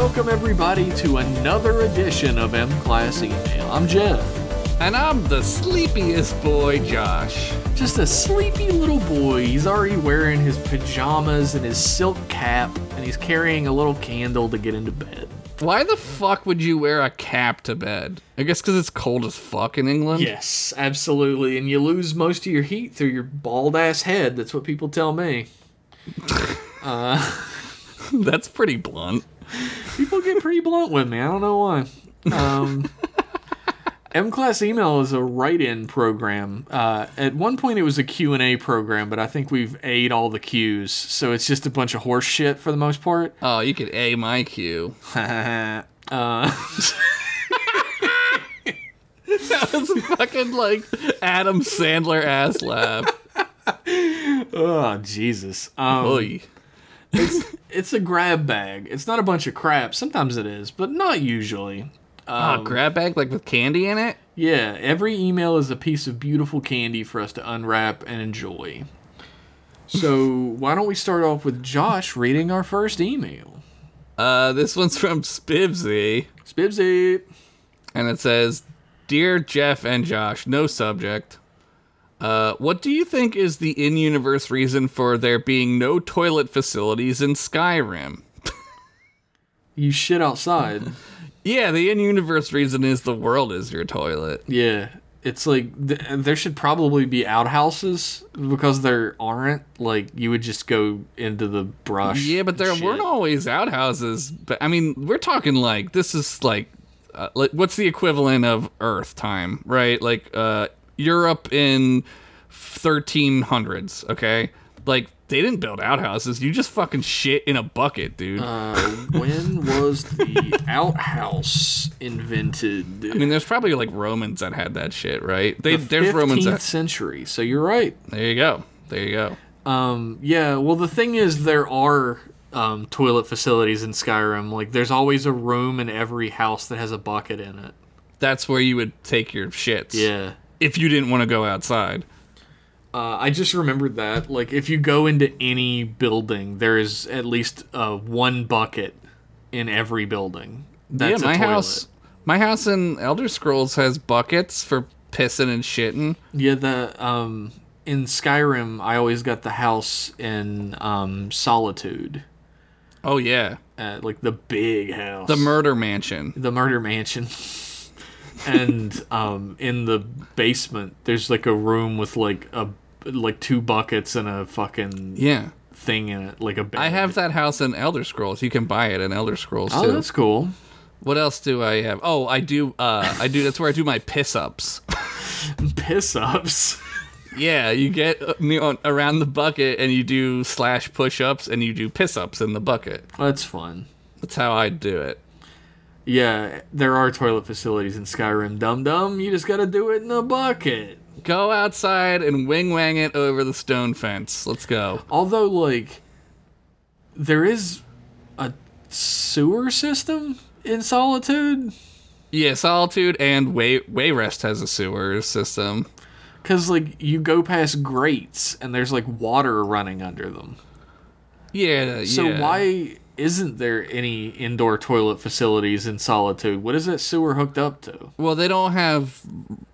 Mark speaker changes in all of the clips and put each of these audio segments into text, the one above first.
Speaker 1: everybody to another edition of M Class Email. I'm Jeff,
Speaker 2: And I'm the sleepiest boy, Josh.
Speaker 1: just a sleepy little boy. He's already wearing his pajamas and his silk cap, and he's carrying a little candle to get into bed.
Speaker 2: Why the fuck would you wear a cap to bed? I guess because it's cold as fuck in England.
Speaker 1: Yes, absolutely. And you lose most of your heat through your bald ass head. That's what people tell me.
Speaker 2: That's pretty blunt.
Speaker 1: People get pretty blunt with me. I don't know why. Um, M Class Email is a write-in program. Uh, at one point, it was a Q and A program, but I think we've A'd all the Q's, so it's just a bunch of horse shit for the most part.
Speaker 2: Oh, you could A my Q.
Speaker 1: uh,
Speaker 2: That was a fucking like Adam Sandler ass laugh.
Speaker 1: oh Jesus! Um,
Speaker 2: Oy.
Speaker 1: it's it's a grab bag. It's not a bunch of crap. Sometimes it is, but not usually.
Speaker 2: oh, grab bag like with candy in it?
Speaker 1: Yeah, every email is a piece of beautiful candy for us to unwrap and enjoy. So, why don't we start off with Josh reading our first email?
Speaker 2: Uh, this one's from Spivsy.
Speaker 1: Spibsy.
Speaker 2: and it says, "Dear Jeff and Josh, no subject. Uh, what do you think is the in-universe reason for there being no toilet facilities in Skyrim?"
Speaker 1: You shit outside.
Speaker 2: Yeah, the in-universe reason is the world is your toilet.
Speaker 1: Yeah. It's like th- there should probably be outhouses because there aren't. Like, you would just go into the brush.
Speaker 2: Yeah, but
Speaker 1: and
Speaker 2: there
Speaker 1: shit.
Speaker 2: weren't always outhouses. But I mean, we're talking like this is like, uh, like what's the equivalent of Earth time, right? Like uh, Europe in 1300s. Okay, like they didn't build outhouses. You just fucking shit in a bucket, dude.
Speaker 1: Uh, when was the outhouse invented?
Speaker 2: I mean, there's probably like Romans that had that shit, right? They,
Speaker 1: The
Speaker 2: there's Romans
Speaker 1: 15th
Speaker 2: that.
Speaker 1: century. So you're right.
Speaker 2: There you go. There you go.
Speaker 1: Um, yeah, well, the thing is, there are um, toilet facilities in Skyrim. Like, there's always a room in every house that has a bucket in it.
Speaker 2: That's where you would take your shits.
Speaker 1: Yeah.
Speaker 2: If you didn't want to go outside.
Speaker 1: Uh, I just remembered that. Like, if you go into any building, there is at least uh, one bucket in every building. That's
Speaker 2: yeah, my
Speaker 1: a toilet.
Speaker 2: house. My house in Elder Scrolls has buckets for pissing and shitting.
Speaker 1: Yeah, the um, in Skyrim, I always got the house in um, Solitude,
Speaker 2: Oh yeah,
Speaker 1: uh, like the big house.
Speaker 2: the murder mansion.
Speaker 1: the murder mansion and um in the basement there's like a room with like a like two buckets and a fucking
Speaker 2: Yeah,
Speaker 1: thing in it like a bed
Speaker 2: I have that house in Elder Scrolls. You can buy it in Elder Scrolls
Speaker 1: oh
Speaker 2: too.
Speaker 1: that's cool
Speaker 2: What else do I have? Oh, I do. Uh, I do. That's where I do my piss ups.
Speaker 1: piss ups
Speaker 2: Yeah, you get uh, ne- on- around the bucket and you do slash push ups and you do piss ups in the bucket.
Speaker 1: that's fun
Speaker 2: That's how I do it.
Speaker 1: yeah there are toilet facilities in skyrim dum dum you just gotta do it in a bucket
Speaker 2: Go outside and wing wang it over the stone fence. Let's go.
Speaker 1: although like there is a sewer system in solitude
Speaker 2: Yeah, Solitude and Way Wayrest has a sewer system.
Speaker 1: Cause like you go past grates and there's like water running under them.
Speaker 2: Yeah,
Speaker 1: So
Speaker 2: yeah.
Speaker 1: why isn't there any indoor toilet facilities in Solitude? What is that sewer hooked up to?
Speaker 2: Well, they don't have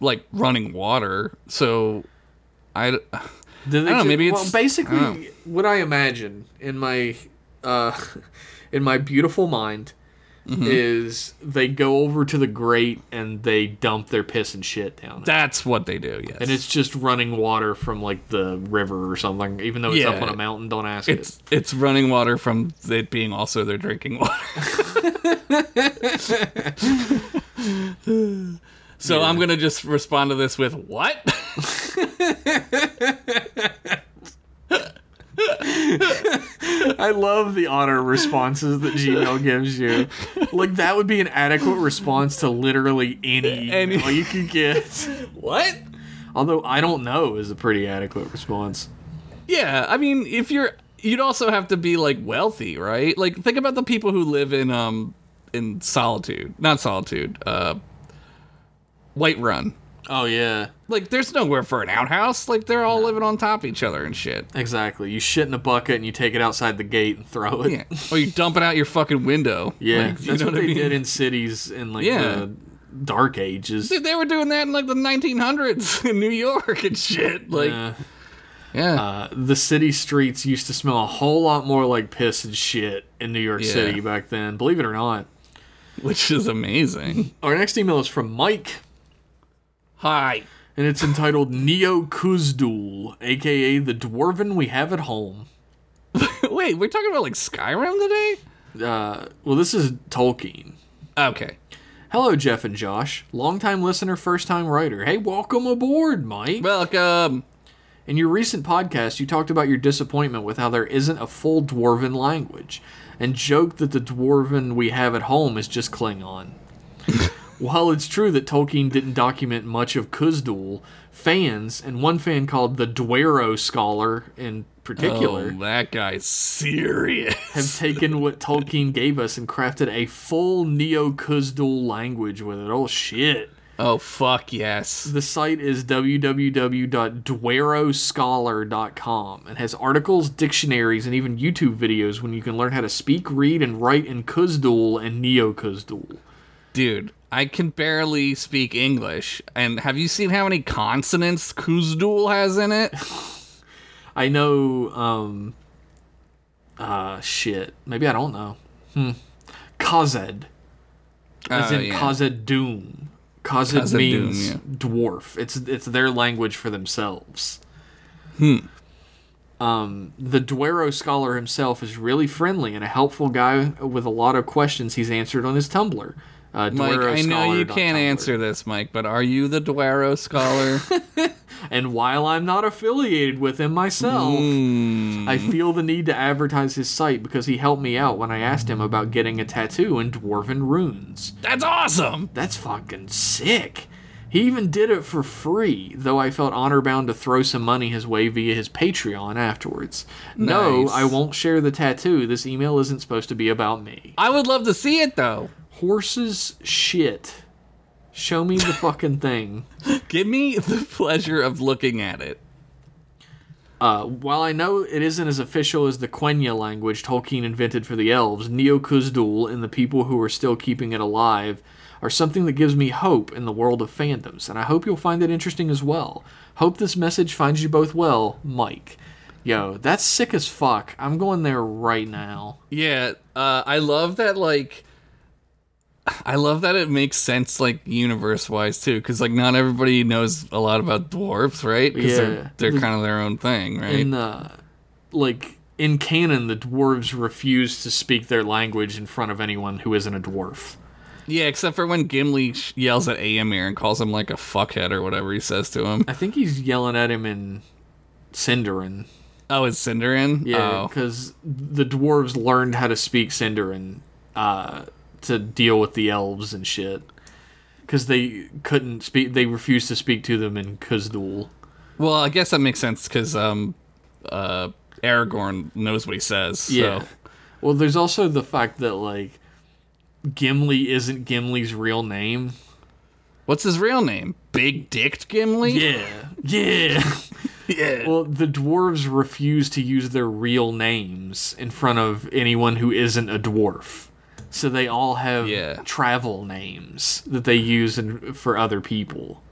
Speaker 2: like running water, so I.
Speaker 1: Do they
Speaker 2: I don't know,
Speaker 1: ju-
Speaker 2: maybe
Speaker 1: well,
Speaker 2: it's-
Speaker 1: basically
Speaker 2: I don't know.
Speaker 1: what I imagine in my uh, in my beautiful mind
Speaker 2: Mm-hmm.
Speaker 1: is they go over to the grate and they dump their piss and shit down. it.
Speaker 2: That's what they do. Yes,
Speaker 1: and it's just running water from like the river or something, even though it's up
Speaker 2: Yeah.
Speaker 1: on a mountain. Don't ask it.
Speaker 2: it's it's running water from it being also their drinking water. so I'm gonna just respond to this with what?
Speaker 1: I love the honor responses that Gmail gives you. Like that would be an adequate response to literally any
Speaker 2: Any-
Speaker 1: email you could get.
Speaker 2: what?
Speaker 1: Although I don't know is a pretty adequate response.
Speaker 2: Yeah, I mean, if you're, you'd also have to be like wealthy, right? Like, think about the people who live in um in solitude, not solitude, uh, Whiterun.
Speaker 1: Oh yeah,
Speaker 2: Like, there's nowhere for an outhouse. Like, they're all living on top of each other and shit.
Speaker 1: exactly. You shit in a bucket and you take it outside the gate and throw it.
Speaker 2: Yeah. or you dump it out your fucking window.
Speaker 1: Yeah,
Speaker 2: Like, you
Speaker 1: that's
Speaker 2: know
Speaker 1: what
Speaker 2: I
Speaker 1: they
Speaker 2: mean?
Speaker 1: did in cities in like
Speaker 2: Yeah.
Speaker 1: the dark ages.
Speaker 2: Dude, they were doing that in like the 1900s in New York and shit. Like, yeah.
Speaker 1: Uh, uh, the city streets used to smell a whole lot more like piss and shit in New York
Speaker 2: Yeah.
Speaker 1: City back then. Believe it or not.
Speaker 2: which is amazing.
Speaker 1: Our next email is from Mike,
Speaker 2: Hi.
Speaker 1: and it's entitled Neo Kuzdul, aka the dwarven we have at home.
Speaker 2: Wait, we're talking about like Skyrim today?
Speaker 1: Uh, well, this is Tolkien.
Speaker 2: Okay.
Speaker 1: Hello, Jeff and Josh, longtime listener, first time writer. Hey, welcome aboard, Mike.
Speaker 2: Welcome.
Speaker 1: In your recent podcast, you talked about your disappointment with how there isn't a full dwarven language, and joked that the dwarven we have at home is just Klingon. While it's true that Tolkien didn't document much of Kuzdul, fans, and one fan called the Duero scholar in particular,
Speaker 2: Oh, that guy's serious.
Speaker 1: have taken what Tolkien gave us and crafted a full Neo Kuzdul language with it. Oh shit.
Speaker 2: oh, fuck yes.
Speaker 1: The site is www.dueroscholar.com and has articles, dictionaries, and even YouTube videos when you can learn how to speak, read, and write in Kuzdul and Neo Kuzdul.
Speaker 2: Dude, I can barely speak English. And have you seen how many consonants Kuzdul has in it?
Speaker 1: I know, um, uh, shit. Maybe I don't know. Hmm. Khazed, as
Speaker 2: Oh,
Speaker 1: in
Speaker 2: yeah.
Speaker 1: Khazed Doom. Khazed,
Speaker 2: Khazad Dûm,
Speaker 1: means
Speaker 2: yeah.
Speaker 1: dwarf. It's it's their language for themselves.
Speaker 2: Hmm.
Speaker 1: Um, the Duero scholar himself is really friendly and a helpful guy with a lot of questions he's answered on his Tumblr. Uh,
Speaker 2: Mike, I know you
Speaker 1: dueroscholar.tumblr.
Speaker 2: can't answer this, Mike, but are you the Duero scholar?
Speaker 1: And while I'm not affiliated with him myself,
Speaker 2: Hmm.
Speaker 1: I feel the need to advertise his site because he helped me out when I asked him about getting a tattoo in Dwarven runes.
Speaker 2: That's awesome.
Speaker 1: That's fucking sick. He even did it for free, though I felt honor bound to throw some money his way via his Patreon afterwards. No,
Speaker 2: Nice.
Speaker 1: I won't share the tattoo. This email isn't supposed to be about me.
Speaker 2: I would love to see it though.
Speaker 1: Horses shit. Show me the fucking thing.
Speaker 2: Give me the pleasure of looking at it.
Speaker 1: Uh, while I know it isn't as official as the Quenya language Tolkien invented for the elves, Neo Kuzdul and the people who are still keeping it alive are something that gives me hope in the world of fandoms, and I hope you'll find it interesting as well. Hope this message finds you both well, Mike. Yo, that's sick as fuck. I'm going there right now.
Speaker 2: Yeah, uh, I love that. Like, I love that it makes sense, like universe wise too, because like not everybody knows a lot about dwarves, right? 'Cause
Speaker 1: Yeah.
Speaker 2: they're, they're
Speaker 1: Mm-hmm.
Speaker 2: kind of their own thing, right?
Speaker 1: In uh, like in canon, the dwarves refuse to speak their language in front of anyone who isn't a dwarf.
Speaker 2: yeah, except for when Gimli sh- yells at Aemir and calls him like a fuckhead or whatever he says to him.
Speaker 1: I think he's yelling at him in Cinderin.
Speaker 2: Oh, it's Cinderin.
Speaker 1: Yeah,
Speaker 2: Oh.
Speaker 1: because Uh, the dwarves learned how to speak Sindarin uh, to deal with the elves and shit. Because they couldn't speak, they refused to speak to them in Kuzdul.
Speaker 2: Well, I guess that makes sense because um, uh, Aragorn knows what he says. So.
Speaker 1: Yeah. Well, there's also the fact that like Gimli isn't Gimli's real name.
Speaker 2: What's his real name? Big Dicked Gimli?
Speaker 1: Yeah, yeah.
Speaker 2: Yeah.
Speaker 1: well, the dwarves refuse to use their real names in front of anyone who isn't a dwarf. So they all have
Speaker 2: Yeah.
Speaker 1: travel names that they use in, for other people.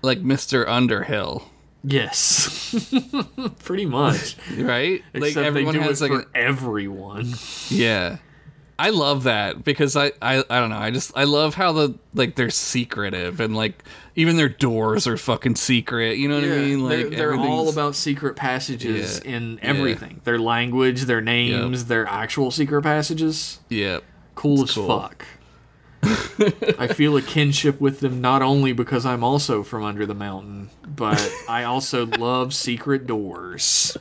Speaker 2: Like Mr. Underhill,
Speaker 1: Yes, pretty much.
Speaker 2: right? like
Speaker 1: Except they
Speaker 2: everyone
Speaker 1: do it
Speaker 2: has like
Speaker 1: for
Speaker 2: an-
Speaker 1: everyone.
Speaker 2: yeah. I love that because I, I I don't know I just I love how the like they're secretive and like even their doors are fucking secret you know what I mean like
Speaker 1: they're, they're all
Speaker 2: everything's-
Speaker 1: about secret passages
Speaker 2: Yeah,
Speaker 1: in everything. Their language, their names, their actual secret passages.
Speaker 2: yeah
Speaker 1: Cool as
Speaker 2: cool.
Speaker 1: fuck. I feel a kinship with them not only because I'm also from under the mountain, but I also love secret doors.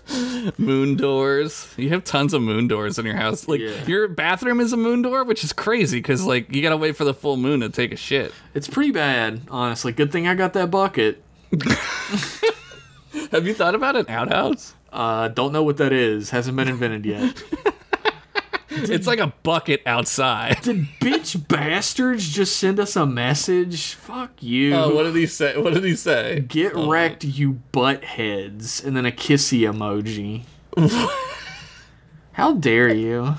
Speaker 2: moon doors you have tons of moon doors in your house like
Speaker 1: Yeah.
Speaker 2: your bathroom is a moon door which is crazy because like you gotta wait for the full moon to take a shit
Speaker 1: It's pretty bad, honestly. Good thing I got that bucket.
Speaker 2: have you thought about an outhouse
Speaker 1: Uh, don't know what that is. Hasn't been invented yet.
Speaker 2: It's like a bucket outside.
Speaker 1: Did bitch bastards just send us a message? Fuck you.
Speaker 2: Oh, what did he say? What did he say?
Speaker 1: Get wrecked, you butt heads, and then a kissy emoji. How dare you?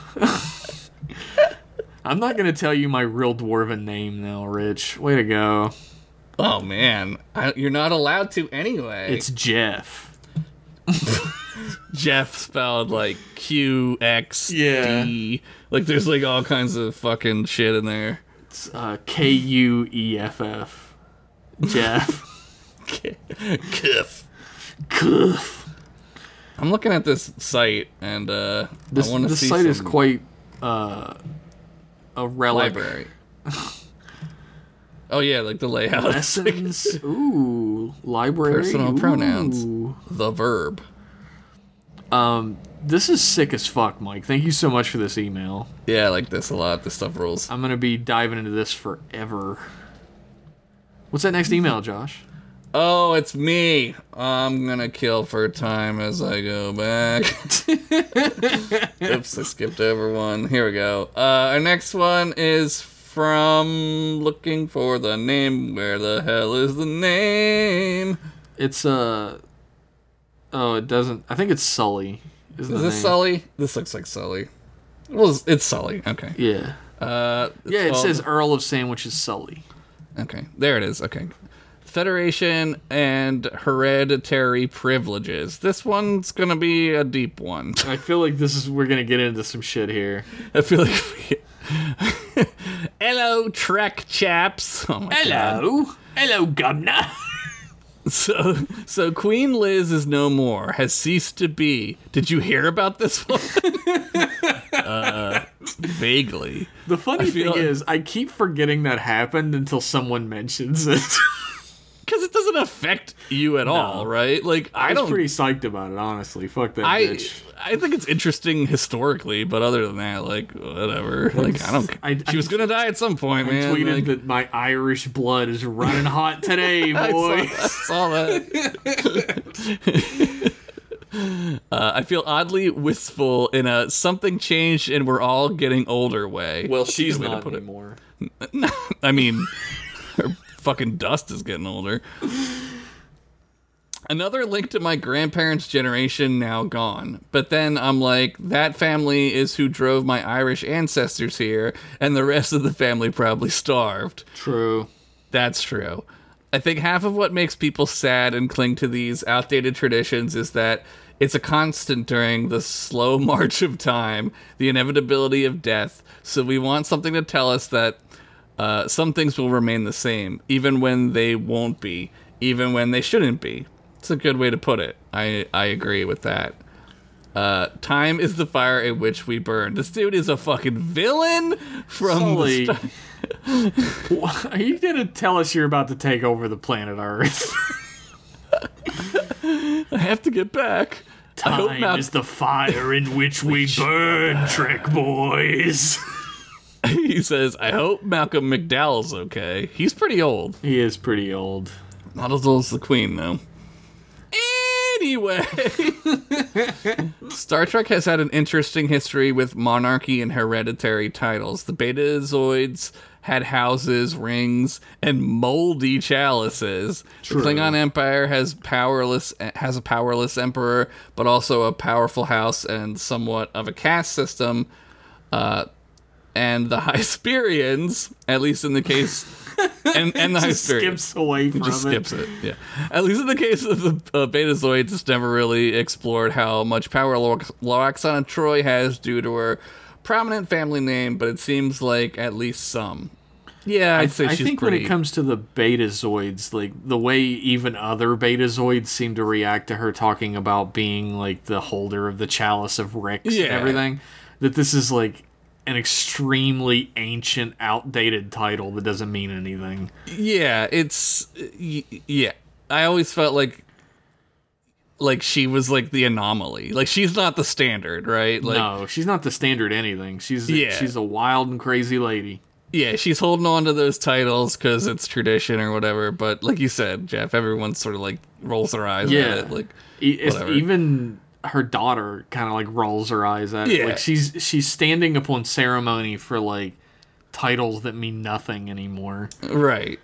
Speaker 1: I'm not gonna tell you my real dwarven name now, Rich. Way to go.
Speaker 2: Oh man, I, you're not allowed to anyway.
Speaker 1: It's Jeff.
Speaker 2: Jeff spelled like Q X
Speaker 1: Yeah.
Speaker 2: D. Like there's like all kinds of fucking shit in there.
Speaker 1: It's uh, K U E F F. Jeff.
Speaker 2: Kiff.
Speaker 1: Cuff.
Speaker 2: I'm looking at this site and uh,
Speaker 1: This,
Speaker 2: I want to
Speaker 1: this
Speaker 2: see
Speaker 1: site is
Speaker 2: some
Speaker 1: quite uh, a relic.
Speaker 2: library. oh yeah, like the layout.
Speaker 1: Lessons. Ooh, library.
Speaker 2: Personal pronouns.
Speaker 1: Ooh.
Speaker 2: the verb.
Speaker 1: This is sick as fuck, Mike. Thank you so much for this email.
Speaker 2: Yeah, I like this a lot. This stuff rules.
Speaker 1: I'm gonna be diving into this forever. What's that next email, Josh?
Speaker 2: Oh, it's me. I'm gonna kill for time as I go back. Oops, I skipped over one. Here we go. Uh, our next one is from looking for the name. Where the hell is the name?
Speaker 1: It's uh oh, it doesn't. I think it's Sully. Isn't
Speaker 2: Is
Speaker 1: the
Speaker 2: this
Speaker 1: name?
Speaker 2: Sully? This looks like Sully. Well, it's- it's Sully. Okay.
Speaker 1: Yeah,
Speaker 2: Uh, it's
Speaker 1: yeah. It
Speaker 2: all-
Speaker 1: says Earl of Sandwiches Sully.
Speaker 2: Okay, there it is. Okay. Federation and hereditary privileges. This one's gonna be a deep one.
Speaker 1: I feel like this is we're gonna get into some shit here.
Speaker 2: I feel like. we- Hello, Trek chaps. Oh my God.
Speaker 1: Uh, hello, Governor.
Speaker 2: So, so Queen Liz is no more. Has ceased to be. Did you hear about this one? uh,
Speaker 1: Uh,
Speaker 2: vaguely.
Speaker 1: The funny thing
Speaker 2: feel-
Speaker 1: is, I keep forgetting that happened until someone mentions it.
Speaker 2: Because it doesn't affect you at all, right? Like I,
Speaker 1: I was
Speaker 2: don't.
Speaker 1: pretty psyched about it, honestly. Fuck that
Speaker 2: I
Speaker 1: bitch.
Speaker 2: I think it's interesting historically, but other than that, like whatever. Like I don't.
Speaker 1: I- I-
Speaker 2: she was gonna die at some point, man.
Speaker 1: Tweeted
Speaker 2: like-
Speaker 1: that my Irish blood is running hot today, boy.
Speaker 2: I saw that. uh, I feel oddly wistful in a something changed and we're all getting older way.
Speaker 1: Well, she's
Speaker 2: way to
Speaker 1: not
Speaker 2: put it.
Speaker 1: anymore.
Speaker 2: I mean, her fucking dust is getting older. Another link to my grandparents' generation now gone. But then I'm like, that family is who drove my Irish ancestors here, and the rest of the family probably starved.
Speaker 1: True.
Speaker 2: That's true. I think half of what makes people sad and cling to these outdated traditions is that it's a constant during the slow march of time, the inevitability of death. So we want something to tell us that uh, some things will remain the same, even when they won't be, even when they shouldn't be. It's a good way to put it. I, I agree with that. Uh, time is the fire in which we burn. This dude is a fucking villain from
Speaker 1: Sully,
Speaker 2: the start.
Speaker 1: wh- are you gonna tell us you're about to take over the planet Earth?
Speaker 2: I have to get back. I hope
Speaker 1: Time
Speaker 2: not.
Speaker 1: is the fire in which we burn, Trek boys.
Speaker 2: he says, I hope Malcolm McDowell's okay. He's pretty old.
Speaker 1: He is pretty old.
Speaker 2: Not as old as the Queen, though. Anyway, Star Trek has had an interesting history with monarchy and hereditary titles. The Betazoids had houses, rings, and moldy chalices.
Speaker 1: True.
Speaker 2: The Klingon Empire has powerless has a powerless emperor, but also a powerful house and somewhat of a caste system. Uh, and the Hysperians, at least in the case, and, and the
Speaker 1: Just
Speaker 2: Hysperians
Speaker 1: skips away from
Speaker 2: just
Speaker 1: it.
Speaker 2: skips it. Yeah. At least in the case of the uh, Betazoids, it's never really explored how much power Lox- Loxana Troy has due to her prominent family name, but it seems like at least some. Yeah, I'd say
Speaker 1: I
Speaker 2: she's
Speaker 1: think
Speaker 2: pretty.
Speaker 1: when it comes to the betazoids, like the way even other betazoids seem to react to her talking about being like the holder of the chalice of Rex
Speaker 2: Yeah.
Speaker 1: and everything, that this is like an extremely ancient, outdated title that doesn't mean anything.
Speaker 2: yeah, it's y- yeah. I always felt like like she was like the anomaly. Like she's not the standard, right? Like
Speaker 1: no, she's not the standard anything. She's
Speaker 2: Yeah.
Speaker 1: she's a wild and crazy lady.
Speaker 2: yeah, she's holding on to those titles because it's tradition or whatever. But like you said, Jeff, everyone sort of like rolls their eyes
Speaker 1: Yeah.
Speaker 2: at it. Like,
Speaker 1: E- if-
Speaker 2: Whatever.
Speaker 1: even her daughter kind of like rolls her eyes at it.
Speaker 2: Yeah.
Speaker 1: like she's she's standing upon ceremony for like titles that mean nothing anymore.
Speaker 2: Right.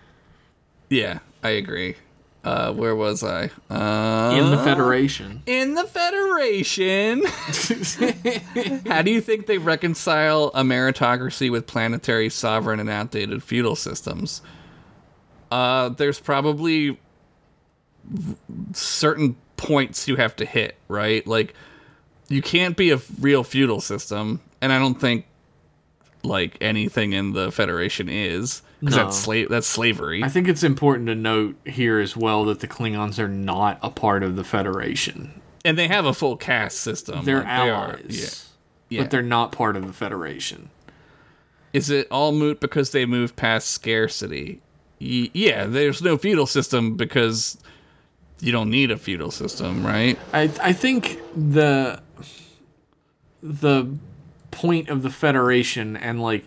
Speaker 2: Yeah, I agree. Uh, where was I? Uh,
Speaker 1: In the Federation.
Speaker 2: in the Federation. How do you think they reconcile a meritocracy with planetary sovereign and outdated feudal systems? Uh, there's probably certain points you have to hit, right? Like, you can't be a real feudal system, and I don't think like anything in the Federation is because
Speaker 1: No.
Speaker 2: that's slave that's slavery.
Speaker 1: I think it's important to note here as well that the Klingons are not a part of the Federation.
Speaker 2: and they have a full caste system.
Speaker 1: They're
Speaker 2: like, they are-
Speaker 1: allies.
Speaker 2: yeah. Yeah.
Speaker 1: But they're not part of the Federation.
Speaker 2: Is it all moot because they moved past scarcity? Y- yeah, there's no feudal system because you don't need a feudal system, right?
Speaker 1: I I think the the point of the Federation and like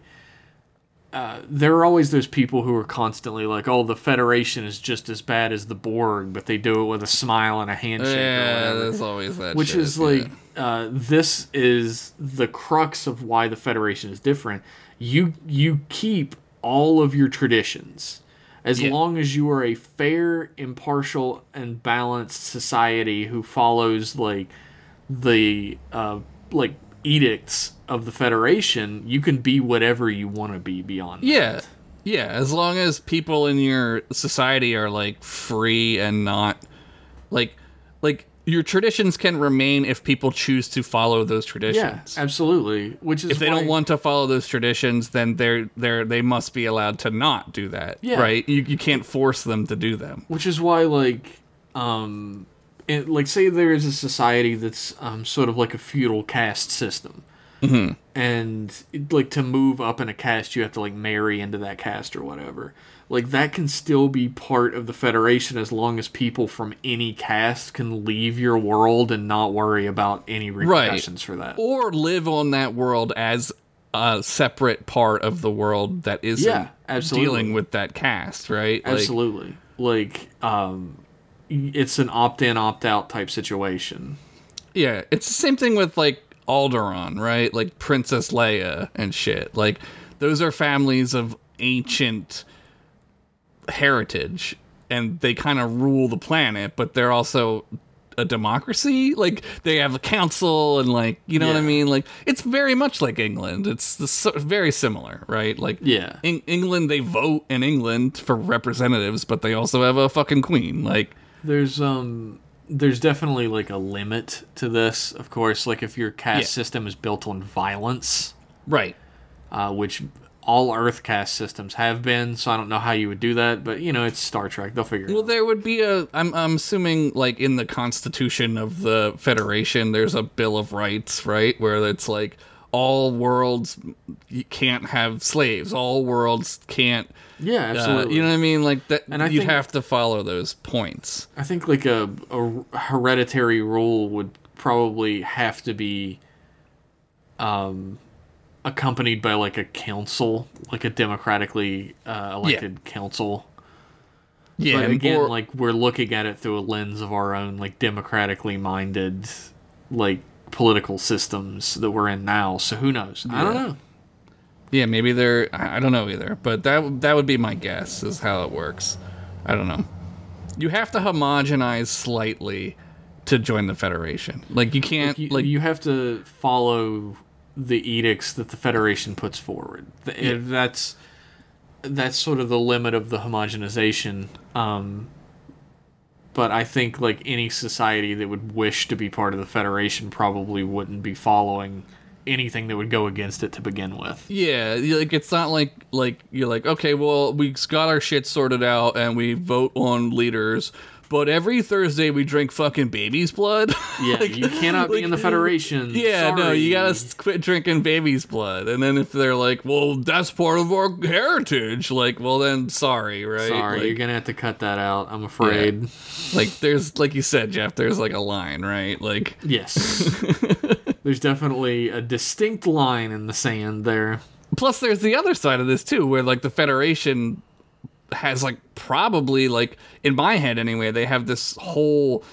Speaker 1: uh, there are always those people who are constantly like, "Oh, the Federation is just as bad as the Borg," but they do it with a smile and a handshake. or
Speaker 2: Yeah,
Speaker 1: whatever.
Speaker 2: there's always that.
Speaker 1: which
Speaker 2: shit,
Speaker 1: is
Speaker 2: yeah.
Speaker 1: like uh, this is the crux of why the federation is different you you keep all of your traditions as
Speaker 2: Yeah.
Speaker 1: long as you are a fair impartial and balanced society who follows like the uh, like edicts of the federation you can be whatever you want to be beyond that.
Speaker 2: yeah, yeah. As long as people in your society are like free and not like like your traditions can remain if people choose to follow those
Speaker 1: yeah
Speaker 2: traditions.
Speaker 1: absolutely which is
Speaker 2: if they don't
Speaker 1: why-
Speaker 2: want to follow those traditions, then they're they're they must be allowed to not do that.
Speaker 1: Yeah.
Speaker 2: Right? You you can't force them to do them.
Speaker 1: which is why like um it, like say there is a society that's um sort of like a feudal caste system mm-hmm. and it- like to move up in a caste you have to like marry into that caste or whatever like that can still be part of the federation as long as people from any caste can leave your world and not worry about any repercussions for that
Speaker 2: Or live on that world as a separate part of the world that isn't
Speaker 1: Yeah, absolutely.
Speaker 2: dealing with that cast, right? Like,
Speaker 1: absolutely like um y- it's an opt-in opt-out type situation
Speaker 2: yeah. It's the same thing with like Alderaan, right? Like Princess Leia and shit. Like those are families of ancient heritage and they kind of rule the planet, but they're also a democracy. Like they have a council and like, you know what I
Speaker 1: Yeah.
Speaker 2: mean? Like it's very much like England. It's the, so, very similar, right? Like
Speaker 1: Yeah.
Speaker 2: in England they vote in England for representatives, but they also have a fucking queen. Like
Speaker 1: There's um there's definitely like a limit to this, of course. Like if your caste
Speaker 2: Yeah.
Speaker 1: system is built on violence,
Speaker 2: right.
Speaker 1: uh, which all Earth caste systems have been, so I don't know how you would do that, but you know it's Star Trek. They'll figure
Speaker 2: Well,
Speaker 1: it out.
Speaker 2: there would be a. I'm I'm assuming like in the Constitution of the Federation, there's a Bill of Rights, right, where it's like all worlds you can't have slaves, all worlds can't.
Speaker 1: Yeah,
Speaker 2: uh,
Speaker 1: absolutely.
Speaker 2: you know what I mean? Like that,
Speaker 1: And I
Speaker 2: you'd
Speaker 1: think-
Speaker 2: have to follow those points.
Speaker 1: I think like a, a hereditary rule would probably have to be um, accompanied by like a council, like a democratically uh, elected council.
Speaker 2: Yeah,
Speaker 1: but
Speaker 2: and-
Speaker 1: again,
Speaker 2: or-
Speaker 1: like we're looking at it through a lens of our own, like democratically minded, like political systems that we're in now. So who knows? I don't know.
Speaker 2: yeah, maybe they're. I I don't know either, but that that would be my guess is how it works. I don't know. You have to homogenize slightly to join the Federation. Like you can't
Speaker 1: You,
Speaker 2: like
Speaker 1: you have to follow the edicts that the Federation puts forward. Th- if That's that's sort of the limit of the homogenization. Um, but I think like any society that would wish to be part of the Federation probably wouldn't be following anything that would go against it to begin with.
Speaker 2: Yeah, you- like it's not like like you're like okay, well we got our shit sorted out and we vote on leaders, but every Thursday we drink fucking baby's blood.
Speaker 1: Yeah,
Speaker 2: Like-
Speaker 1: you cannot be in the
Speaker 2: like,
Speaker 1: Federation.
Speaker 2: Yeah, no,
Speaker 1: Sorry.
Speaker 2: you gotta s- quit drinking baby's blood. And then if they're like, well, that's part of our heritage, like, well then sorry, right?
Speaker 1: Sorry,
Speaker 2: Like-
Speaker 1: you're gonna have to cut that out. I'm afraid.
Speaker 2: like there's like you said, Jeff, there's like a line, right? Like
Speaker 1: Yes. There's definitely a distinct line in the sand there.
Speaker 2: plus there's the other side of this too where like the federation has like probably like in my head anyway they have this whole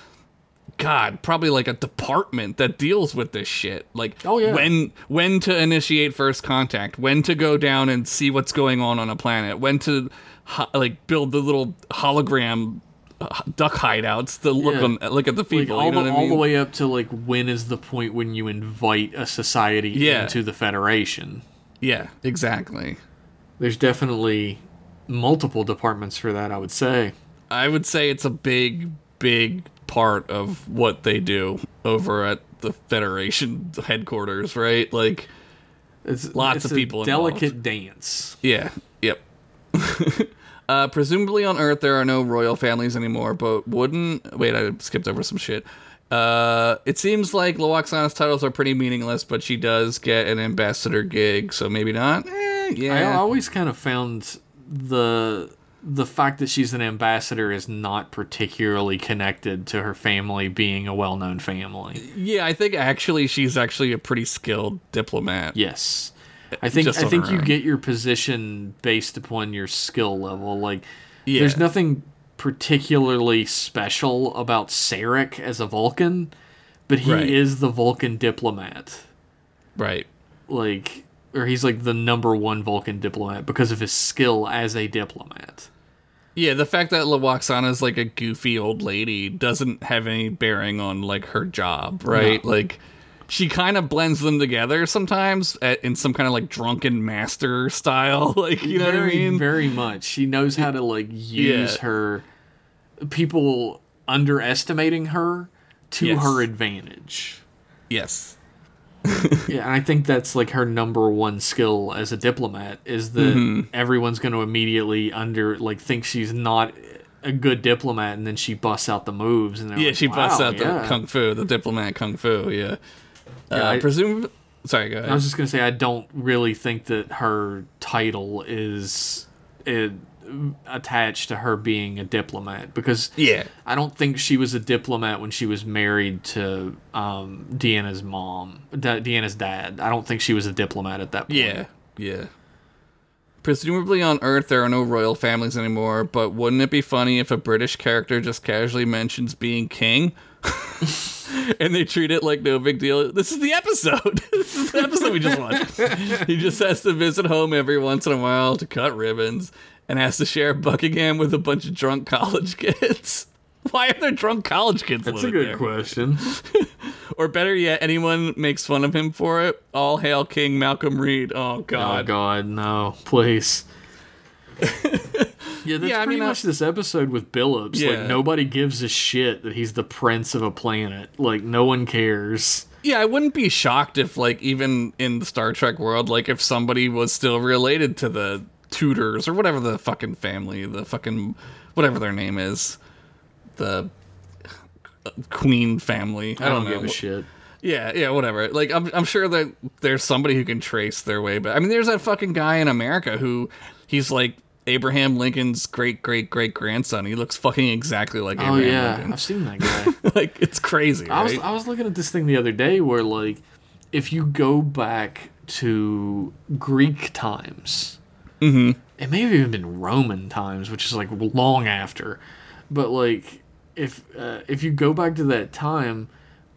Speaker 2: God, probably like a department that deals with this shit. Like,
Speaker 1: Oh, yeah.
Speaker 2: when when to initiate first contact, when to go down and see what's going on on a planet, when to ho- like build the little hologram uh, duck hideouts to look
Speaker 1: Yeah.
Speaker 2: on look at the
Speaker 1: Like
Speaker 2: people.
Speaker 1: all,
Speaker 2: you know
Speaker 1: the,
Speaker 2: what I
Speaker 1: all
Speaker 2: mean?
Speaker 1: the way up to like when is the point when you invite a society
Speaker 2: Yeah.
Speaker 1: into the Federation?
Speaker 2: Yeah, exactly.
Speaker 1: There's definitely multiple departments for that. I would say.
Speaker 2: I would say it's a big, big part of what they do over at the Federation headquarters, right? Like,
Speaker 1: It's
Speaker 2: Lots
Speaker 1: it's
Speaker 2: of
Speaker 1: a
Speaker 2: people involved.
Speaker 1: Delicate dance.
Speaker 2: yeah, yep. uh, presumably on Earth, there are no royal families anymore, but wouldn't. Wait, I skipped over some shit. Uh, it seems like Lawaxana's titles are pretty meaningless, but she does get an ambassador gig, so maybe not. Eh,
Speaker 1: I
Speaker 2: yeah.
Speaker 1: always kind of found the the fact that she's an ambassador is not particularly connected to her family being a well-known family.
Speaker 2: yeah, I think actually she's actually a pretty skilled diplomat.
Speaker 1: Yes. I think
Speaker 2: Just
Speaker 1: I
Speaker 2: on
Speaker 1: think
Speaker 2: her
Speaker 1: you
Speaker 2: own.
Speaker 1: get your position based upon your skill level. Like
Speaker 2: Yeah.
Speaker 1: there's nothing particularly special about Sarek as a Vulcan, but he
Speaker 2: Right.
Speaker 1: is the Vulcan diplomat.
Speaker 2: Right.
Speaker 1: Like or he's like the number one Vulcan diplomat because of his skill as a diplomat.
Speaker 2: Yeah, the fact that Lawaxana is like a goofy old lady doesn't have any bearing on like her job, right? Like she kind of blends them together sometimes at, in some kind of like drunken master style, like you know
Speaker 1: very,
Speaker 2: what I mean?
Speaker 1: Very much. She knows how to like use
Speaker 2: Yeah.
Speaker 1: her people underestimating her to
Speaker 2: Yes.
Speaker 1: her advantage.
Speaker 2: yes.
Speaker 1: Yeah, and I think that's like her number one skill as a diplomat is that
Speaker 2: Mm-hmm.
Speaker 1: everyone's going to immediately under like think she's not a good diplomat, and then she busts out the moves. And they're
Speaker 2: Yeah,
Speaker 1: like,
Speaker 2: she busts
Speaker 1: "Wow,
Speaker 2: out
Speaker 1: yeah."
Speaker 2: the kung fu, the diplomat kung fu. Yeah. uh,
Speaker 1: I-
Speaker 2: presume. Sorry, go ahead.
Speaker 1: I was just gonna say I don't really think that her title is uh attached to her being a diplomat because
Speaker 2: yeah.
Speaker 1: I don't think she was a diplomat when she was married to um, Deanna's mom, Da Deanna's dad. I don't think she was a diplomat at that point.
Speaker 2: Yeah, yeah. Presumably on Earth, there are no royal families anymore, but wouldn't it be funny if a British character just casually mentions being king? and they treat it like no big deal. This is the episode. this is the episode we just watched. he just has to visit home every once in a while to cut ribbons and has to share Buckingham with a bunch of drunk college kids. Why are there drunk college kids?
Speaker 1: That's a
Speaker 2: living
Speaker 1: good
Speaker 2: there?
Speaker 1: question.
Speaker 2: Or better yet, anyone makes fun of him for it. All hail King Malcolm Reed. Oh
Speaker 1: Oh
Speaker 2: God.
Speaker 1: God, no, please. yeah, that's
Speaker 2: Yeah, I
Speaker 1: pretty
Speaker 2: mean, I-
Speaker 1: much this episode with Billups.
Speaker 2: Yeah.
Speaker 1: Like nobody gives a shit that he's the prince of a planet. Like no one cares.
Speaker 2: Yeah, I wouldn't be shocked if, like, even in the Star Trek world, like, if somebody was still related to the Tudors or whatever the fucking family, the fucking whatever their name is, the uh, Queen family. I
Speaker 1: I
Speaker 2: don't,
Speaker 1: don't,
Speaker 2: know.
Speaker 1: give a shit.
Speaker 2: Yeah, yeah, whatever. Like, I'm, I'm sure that there's somebody who can trace their way back. I mean, there's that fucking guy in America who he's like Abraham Lincoln's great great great grandson. He looks fucking exactly like
Speaker 1: Oh
Speaker 2: Abraham
Speaker 1: yeah,
Speaker 2: Lincoln.
Speaker 1: I've seen that guy.
Speaker 2: like, it's crazy,
Speaker 1: I
Speaker 2: right?
Speaker 1: was I was looking at this thing the other day where like if you go back to Greek times,
Speaker 2: Mm-hmm.
Speaker 1: it may have even been Roman times, which is like long after. But like if uh, if you go back to that time,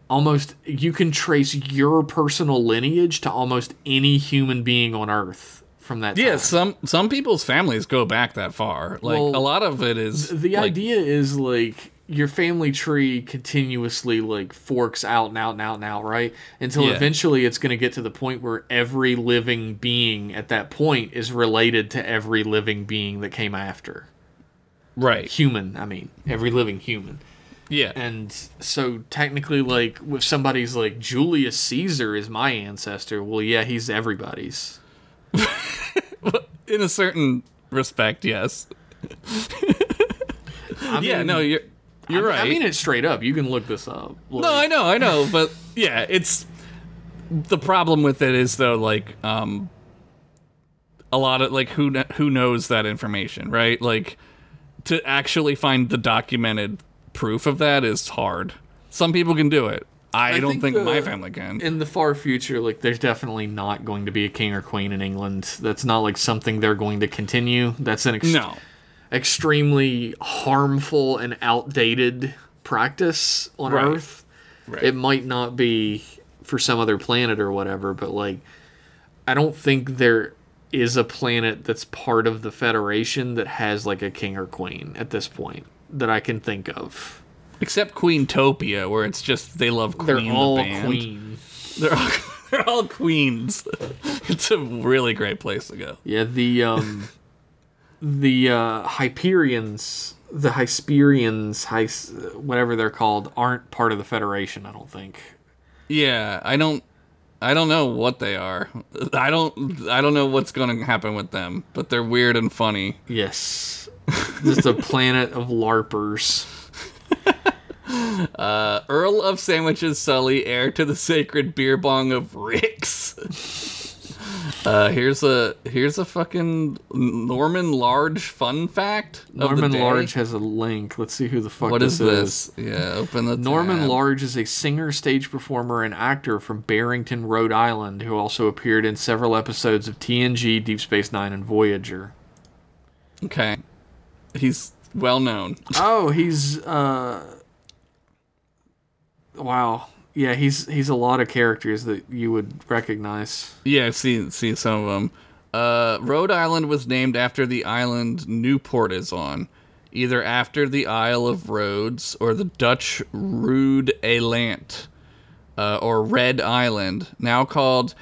Speaker 1: almost you can trace your personal lineage to almost any human being on Earth from that.
Speaker 2: Yeah,
Speaker 1: time.
Speaker 2: some some people's families go back that far. Like
Speaker 1: Well,
Speaker 2: a lot of it is
Speaker 1: the
Speaker 2: like,
Speaker 1: idea is like your family tree continuously like forks out and out and out and out right until
Speaker 2: Yeah.
Speaker 1: eventually it's going to get to the point where every living being at that point is related to every living being that came after
Speaker 2: right.
Speaker 1: human i mean every living human
Speaker 2: Yeah,
Speaker 1: and so technically like if somebody's like julius caesar is my ancestor well yeah he's everybody's
Speaker 2: in a certain respect, yes.
Speaker 1: I
Speaker 2: Yeah,
Speaker 1: mean-
Speaker 2: no, you're you're right.
Speaker 1: i mean it straight up you can look this up
Speaker 2: no,
Speaker 1: Like-
Speaker 2: I know, I know, but yeah, it's the problem with it is though, like um, a lot of like who kn- who knows that information, right? Like to actually find the documented proof of that is hard. Some people can do it. I, don't
Speaker 1: think
Speaker 2: think,
Speaker 1: the-
Speaker 2: my family can.
Speaker 1: in the far future, like there's definitely not going to be a king or queen in England. That's not like something they're going to continue. That's an ex-
Speaker 2: no.
Speaker 1: extremely harmful and outdated practice on
Speaker 2: Right.
Speaker 1: Earth.
Speaker 2: Right.
Speaker 1: It might not be for some other planet or whatever, but like, I don't think there is a planet that's part of the Federation that has like a king or queen at this point that I can think of.
Speaker 2: Except Queentopia, where it's just they love Queen.
Speaker 1: They're
Speaker 2: the
Speaker 1: all
Speaker 2: band.
Speaker 1: queen.
Speaker 2: They're all, they're all queens. It's a really great place to go.
Speaker 1: Yeah, the um, the uh, Hyperions, the Hysperians, Hys- whatever they're called, aren't part of the Federation. I don't think.
Speaker 2: Yeah, I don't, I don't know what they are. I don't, I don't know what's going to happen with them. But they're weird and funny.
Speaker 1: Yes, just a planet of larpers.
Speaker 2: Uh, Earl of Sandwiches Sully, heir to the sacred beer bong of Rick's. Uh, here's a here's a fucking Norman Large fun fact. of the
Speaker 1: Norman
Speaker 2: day.
Speaker 1: Large has a link. Let's see who the fuck
Speaker 2: What
Speaker 1: this
Speaker 2: is this? Yeah, open the
Speaker 1: Norman
Speaker 2: tab.
Speaker 1: Large is a singer, stage performer, and actor from Barrington, Rhode Island, who also appeared in several episodes of TNG, Deep Space Nine, and Voyager.
Speaker 2: Okay, he's well known.
Speaker 1: Oh, he's uh Wow. Yeah, he's he's a lot of characters that you would recognize.
Speaker 2: Yeah, I've seen seen some of them. Uh, Rhode Island was named after the island Newport is on, either after the Isle of Rhodes or the Dutch Rude Eiland, uh, or Red Island, now called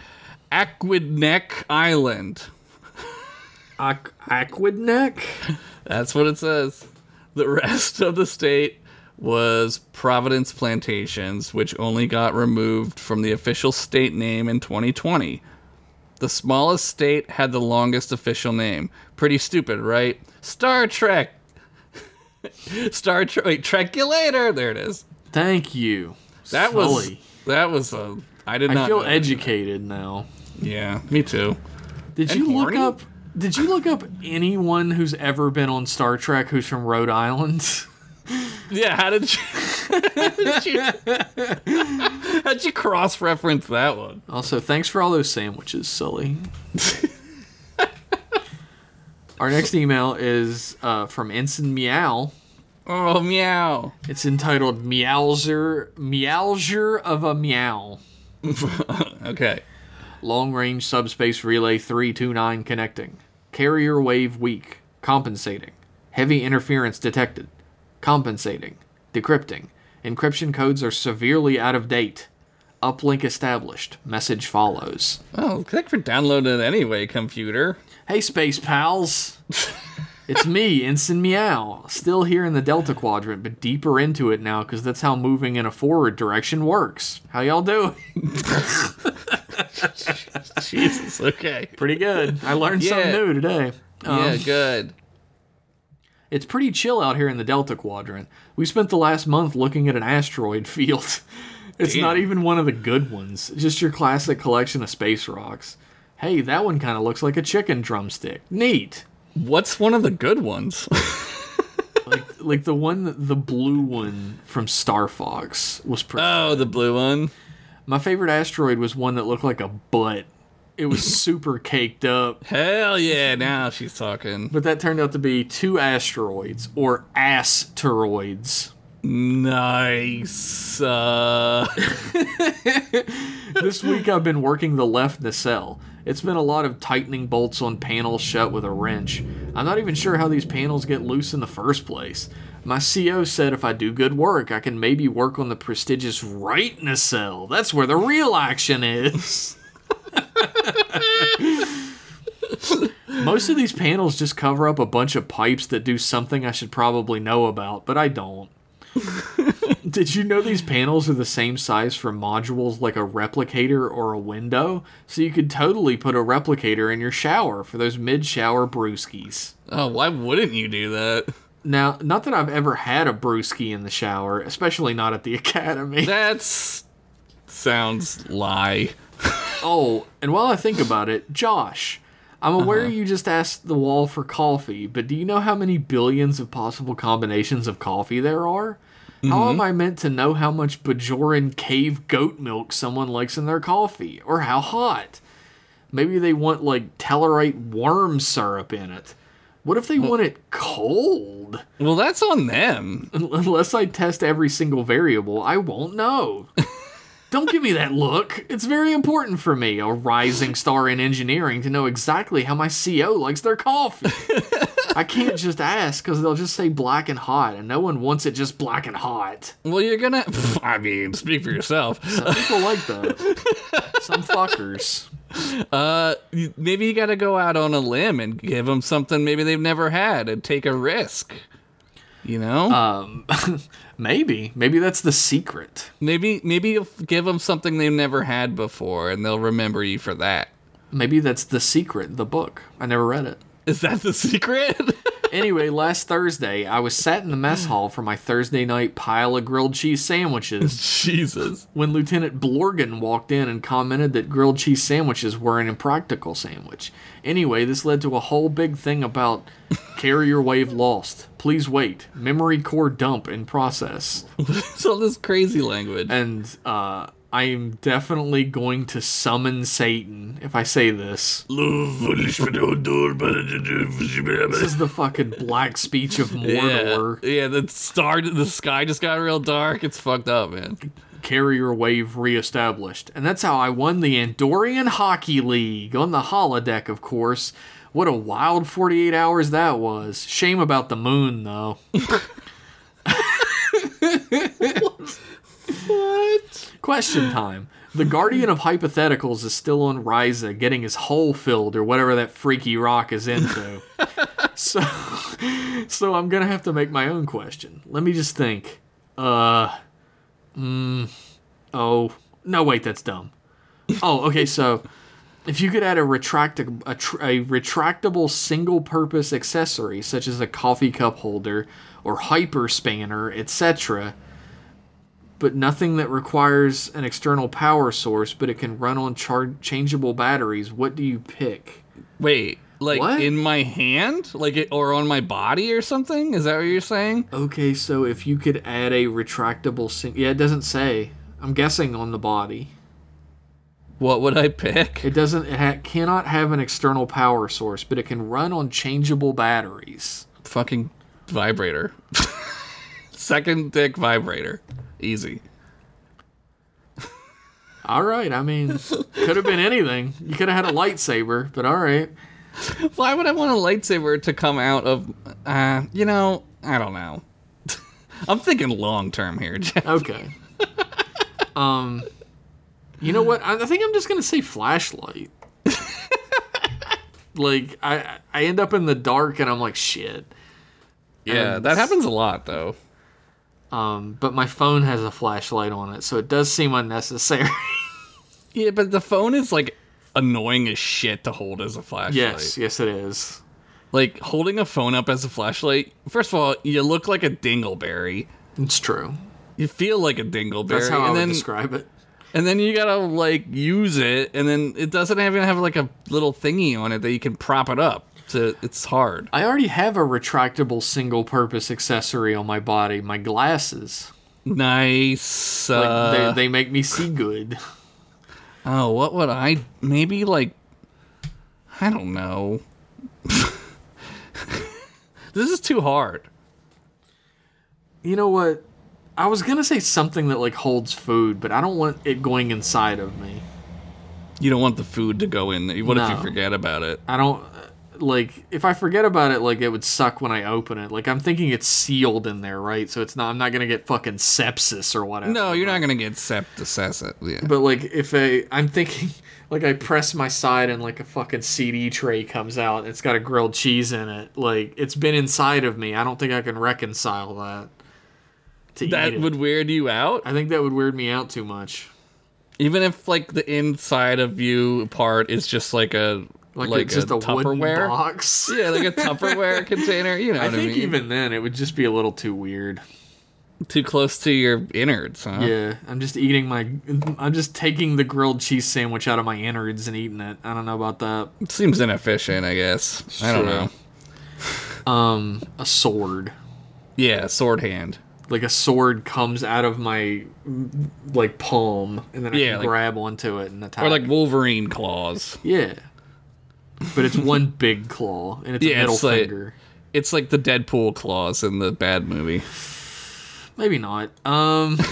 Speaker 2: Aquidneck Island.
Speaker 1: Aqu- Aquidneck?
Speaker 2: That's what it says. The rest of the state was Providence Plantations, which only got removed from the official state name in 2020. The smallest state had the longest official name. Pretty stupid, right? Star Trek. Star Trek. Wait, Trek you later. There it is.
Speaker 1: Thank you.
Speaker 2: That was.
Speaker 1: Sully.
Speaker 2: That was a. I did
Speaker 1: I
Speaker 2: not.
Speaker 1: feel
Speaker 2: know that.
Speaker 1: educated now.
Speaker 2: Yeah, me too.
Speaker 1: Did
Speaker 2: And
Speaker 1: you
Speaker 2: horny?
Speaker 1: look up Did you look up anyone who's ever been on Star Trek who's from Rhode Island?
Speaker 2: Yeah, how did you? how did you, how'd you cross-reference that one?
Speaker 1: Also, thanks for all those sandwiches, Sully. Our next email is uh, from Ensign Meow.
Speaker 2: Oh, meow.
Speaker 1: It's entitled Meowser Meowser of a Meow.
Speaker 2: Okay.
Speaker 1: Long range subspace relay 329 connecting. Carrier wave weak. Compensating. Heavy interference detected. Compensating. Decrypting. Encryption codes are severely out of date. Uplink established. Message follows.
Speaker 2: Oh, click for download it anyway, computer.
Speaker 1: Hey, space pals. it's me, Ensign Meow. Still here in the Delta Quadrant, but deeper into it now because that's how moving in a forward direction works. How y'all doing?
Speaker 2: Jesus. Okay.
Speaker 1: Pretty good. I learned something
Speaker 2: Yeah.
Speaker 1: new today. Um,
Speaker 2: yeah, good.
Speaker 1: It's pretty chill out here in the Delta Quadrant. We spent the last month looking at an asteroid field. It's
Speaker 2: Damn.
Speaker 1: not even one of the good ones, It's just your classic collection of space rocks. Hey, that one kind of looks like a chicken drumstick. Neat.
Speaker 2: What's one of the good ones?
Speaker 1: like, like the one, the blue one from Star Fox was pretty.
Speaker 2: oh, the blue one.
Speaker 1: My favorite asteroid was one that looked like a butt. It was super caked up.
Speaker 2: Hell yeah, now she's talking.
Speaker 1: But that turned out to be two asteroids, or asteroids.
Speaker 2: Nice. Uh,
Speaker 1: This week I've been working the left nacelle. It's been a lot of tightening bolts on panels shut with a wrench. I'm not even sure how these panels get loose in the first place. My CO said if I do good work, I can maybe work on the prestigious right nacelle. That's where the real action is. Most of these panels just cover up a bunch of pipes that do something I should probably know about, but I don't. Did you know these panels are the same size for modules like a replicator or a window? So you could totally put a replicator in your shower for those mid shower brewskis.
Speaker 2: oh, why wouldn't you do that?
Speaker 1: Now, not that I've ever had a brewski in the shower, especially not at the academy.
Speaker 2: That's sounds lie.
Speaker 1: Oh, and while I think about it, Josh, I'm aware you just asked the wall for coffee, but do you know how many billions of possible combinations of coffee there are? How am I meant to know how much Bajoran cave goat milk someone likes in their coffee, or how hot? Maybe they want like Tellarite worm syrup in it. What if they want it cold?
Speaker 2: Well, that's on them.
Speaker 1: Un- Unless I test every single variable, I won't know. Don't give me that look. It's very important for me, a rising star in engineering, to know exactly how my CO likes their coffee. I can't just ask because they'll just say black and hot, and no one wants it just black and hot.
Speaker 2: Well, you're gonna. I mean, speak for yourself.
Speaker 1: Some people like that. Some fuckers.
Speaker 2: Uh, you- maybe you got to go out on a limb and give them something maybe they've never had and take a risk. You know,
Speaker 1: Um, maybe, maybe that's the secret.
Speaker 2: maybe maybe you'll f- give them something they've never had before, and they'll remember you for that.
Speaker 1: Maybe that's the secret. The book. I never read it.
Speaker 2: Is that the secret?
Speaker 1: Anyway, last Thursday, I was sat in the mess hall for my Thursday night pile of grilled cheese sandwiches
Speaker 2: Jesus.
Speaker 1: when Lieutenant Blorgan walked in and commented that grilled cheese sandwiches were an impractical sandwich. Anyway, this led to a whole big thing about carrier wave lost. Please wait. Memory core dump in process.
Speaker 2: It's all this crazy language.
Speaker 1: And uh, I am definitely going to summon Satan if I say this. This is the fucking black speech of
Speaker 2: Yeah,
Speaker 1: Mordor.
Speaker 2: yeah. The star, the sky just got real dark. It's fucked up, man.
Speaker 1: Carrier wave reestablished. And that's how I won the Andorian Hockey League on the holodeck, of course. What a wild 48 hours that was. Shame about the moon, though.
Speaker 2: What?
Speaker 1: Question time. The Guardian of Hypotheticals is still on Riza getting his hole filled or whatever that freaky rock is into. so so I'm gonna have to make my own question. Let me just think. Uh mm, oh no wait, that's dumb. Oh, okay, so if you could add a retractable a, tr- a retractable single purpose accessory such as a coffee cup holder or hyper spanner, etc., but nothing that requires an external power source, but it can run on char- changeable batteries. What do you pick?
Speaker 2: Wait, like
Speaker 1: What?
Speaker 2: in my hand, like it, or on my body or something? Is that what you're saying?
Speaker 1: Okay, so if you could add a retractable sink, yeah, it doesn't say. I'm guessing on the body.
Speaker 2: What would I pick?
Speaker 1: It doesn't. It ha- cannot have an external power source, but it can run on changeable batteries.
Speaker 2: Fucking vibrator. Second dick vibrator. Easy.
Speaker 1: All right. I mean, could have been anything. You could have had a lightsaber, but all right.
Speaker 2: Why would I want a lightsaber to come out of? Uh, you know, I don't know. I'm thinking long term here, Jeff.
Speaker 1: Okay. Um, you know what? I, I think I'm just gonna say flashlight. like I, I end up in the dark and I'm like shit.
Speaker 2: Yeah, that happens a lot though.
Speaker 1: Um, but my phone has a flashlight on it, so it does seem unnecessary.
Speaker 2: Yeah, but the phone is like annoying as shit to hold as a flashlight.
Speaker 1: yes, yes, it is.
Speaker 2: Like holding a phone up as a flashlight. First of all, you look like a dingleberry.
Speaker 1: It's true.
Speaker 2: You feel like a dingleberry,
Speaker 1: That's how I
Speaker 2: and
Speaker 1: would
Speaker 2: then
Speaker 1: describe it.
Speaker 2: and then you gotta like use it, and then it doesn't even have like a little thingy on it that you can prop it up. So it's hard.
Speaker 1: I already have a retractable single-purpose accessory on my body. My glasses.
Speaker 2: Nice.
Speaker 1: Like,
Speaker 2: uh,
Speaker 1: they, they make me see good.
Speaker 2: Oh, what would I maybe like? I don't know. this is too hard.
Speaker 1: You know what? I was gonna say something that like holds food, but I don't want it going inside of me.
Speaker 2: You don't want the food to go in there. What if you
Speaker 1: No.
Speaker 2: forget about it?
Speaker 1: I don't uh, like if I forget about it, like it would suck when I open it. Like I'm thinking it's sealed in there, right? So it's not. I'm not gonna get fucking sepsis or whatever.
Speaker 2: No, you're not gonna get septicemia. uh, Yeah.
Speaker 1: But like if I, I'm thinking like I press my side and like a fucking CD tray comes out. and It's got a grilled cheese in it. Like it's been inside of me. I don't think I can reconcile that. To eat
Speaker 2: That
Speaker 1: it.
Speaker 2: would weird you out.
Speaker 1: I think that would weird me out too much.
Speaker 2: even if like the inside of you part is just like a like,
Speaker 1: Like, it's
Speaker 2: a,
Speaker 1: just a, wooden
Speaker 2: Tupperware.
Speaker 1: box.
Speaker 2: Yeah, like a Tupperware container. You know,
Speaker 1: I
Speaker 2: what
Speaker 1: think
Speaker 2: I mean?
Speaker 1: even then it would just be a little too weird.
Speaker 2: too close to your innards. Huh?
Speaker 1: Yeah, I'm just eating my. I'm just taking the grilled cheese sandwich out of my innards and eating it. I don't know about that.
Speaker 2: It seems inefficient. I guess. I don't
Speaker 1: Sure.
Speaker 2: know.
Speaker 1: Um, a sword.
Speaker 2: Yeah, sword hand.
Speaker 1: Like a sword comes out of my mm, like palm, and then I
Speaker 2: Yeah,
Speaker 1: can
Speaker 2: like-
Speaker 1: grab onto it and attack.
Speaker 2: Or like Wolverine claws.
Speaker 1: yeah, but it's one big claw and it's a
Speaker 2: Yeah,
Speaker 1: middle
Speaker 2: it's like-
Speaker 1: finger.
Speaker 2: It's like the Deadpool claws in the bad movie.
Speaker 1: Maybe not. Um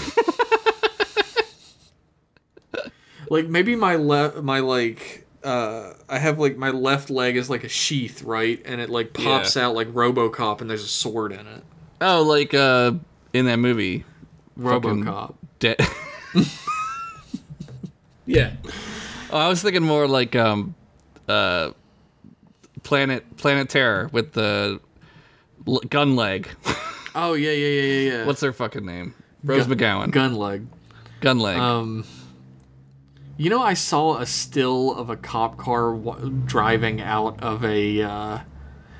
Speaker 1: Like maybe my left my like uh I have like my left leg is like a sheath, right? And it like pops out like RoboCop and there's a sword in it.
Speaker 2: Oh, like uh in that movie. Fucking-
Speaker 1: RoboCop.
Speaker 2: De-
Speaker 1: Yeah.
Speaker 2: oh, I was thinking more like um uh Planet Planet Terror with the l- gun leg.
Speaker 1: Oh yeah, yeah, yeah, yeah, yeah.
Speaker 2: What's her fucking name? Rose
Speaker 1: Gun-
Speaker 2: McGowan. Gun,
Speaker 1: gun leg?
Speaker 2: leg.
Speaker 1: Um You know I saw a still of a cop car w- driving out of a uh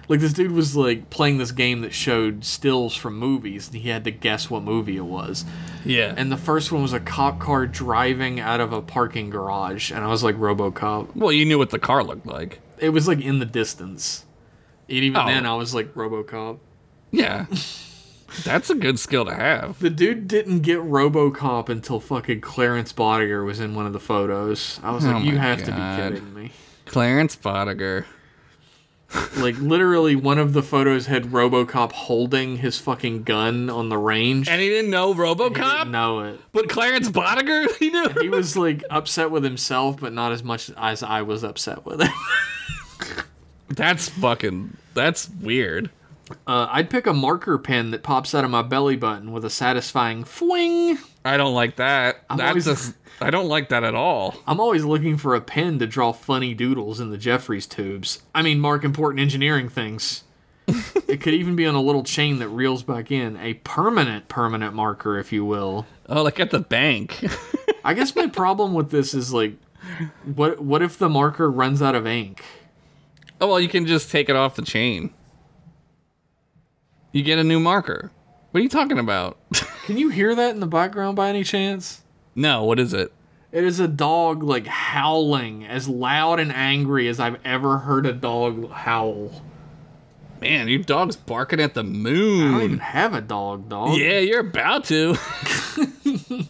Speaker 1: like this dude was like playing this game that showed stills from movies and he had to guess what movie it was.
Speaker 2: yeah.
Speaker 1: And the first one was a cop car driving out of a parking garage, and I was like RoboCop.
Speaker 2: well, you knew what the car looked like.
Speaker 1: It was like in the distance, and even
Speaker 2: Oh.
Speaker 1: then I was like RoboCop.
Speaker 2: Yeah. That's a good skill to have.
Speaker 1: The dude didn't get RoboCop until fucking Clarence Bodiger was in one of the photos. I was
Speaker 2: Oh
Speaker 1: like, you
Speaker 2: my
Speaker 1: have to
Speaker 2: God.
Speaker 1: be kidding me.
Speaker 2: Clarence Bodiger.
Speaker 1: Like literally, one of the photos had RoboCop holding his fucking gun on the range.
Speaker 2: And he didn't know
Speaker 1: He didn't
Speaker 2: RoboCop?
Speaker 1: know it.
Speaker 2: But Clarence Bodiger, he knew.
Speaker 1: He was like upset with himself, but not as much as I was upset with it.
Speaker 2: That's fucking. That's weird.
Speaker 1: Uh, I'd pick a marker pen that pops out of my belly button with a satisfying fwing.
Speaker 2: I don't like that. That's
Speaker 1: always-
Speaker 2: just. I don't like that at all.
Speaker 1: I'm always looking for a pen to draw funny doodles in the Jeffries tubes. I mean, mark important engineering things. it could even be on a little chain that reels back in, a permanent permanent marker, if you will.
Speaker 2: Oh, like at the bank.
Speaker 1: I guess my problem with this is like, what what if the marker runs out of ink?
Speaker 2: oh well, you can just take it off the chain. You get a new marker. What are you talking about?
Speaker 1: Can you hear that in the background by any chance?
Speaker 2: no, what is it?
Speaker 1: It is a dog like howling as loud and angry as I've ever heard a dog howl.
Speaker 2: Man, your dog's barking at the
Speaker 1: I don't even
Speaker 2: moon.
Speaker 1: have a dog, dog.
Speaker 2: Hmm. Yeah, you're about to.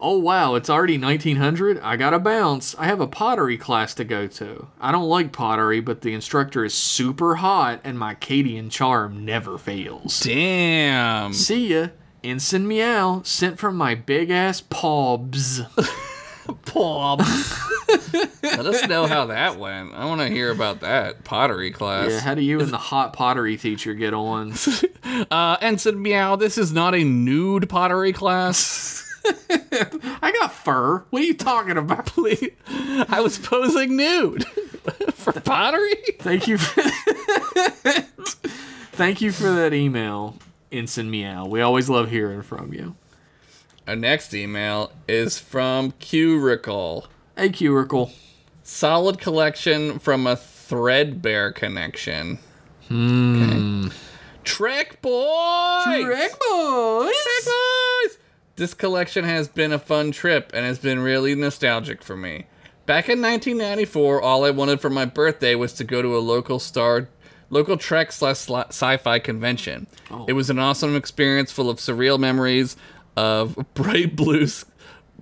Speaker 1: Oh wow, it's already 1900. I gotta bounce. I have a pottery class to go to. I don't like pottery, but the instructor is super hot, and my Cadian charm never fails.
Speaker 2: Damn.
Speaker 1: See ya. Ensign Meow, sent from my big ass paws.
Speaker 2: Pobs. Let us know how that went. I want to hear about that pottery class.
Speaker 1: Yeah, how do you and the hot pottery teacher get on?
Speaker 2: Uh, Ensign Meow, this is not a nude pottery class.
Speaker 1: I got fur. What are you talking about?
Speaker 2: Please. I was posing nude for pottery.
Speaker 1: Thank you for Thank you for that email, Ensign Meow. We always love hearing from you.
Speaker 2: Our next email is from Curicle.
Speaker 1: Hey, Curicle.
Speaker 2: Solid collection from a threadbare connection. Okay. Trek boys!
Speaker 1: Correct, boys.
Speaker 2: boys! This collection has been a fun trip and has been really nostalgic for me. Back in 1994, all I wanted for my birthday was to go to a local star, local Trek slash sli- sci-fi convention. It was an awesome experience full of surreal memories of bright blues.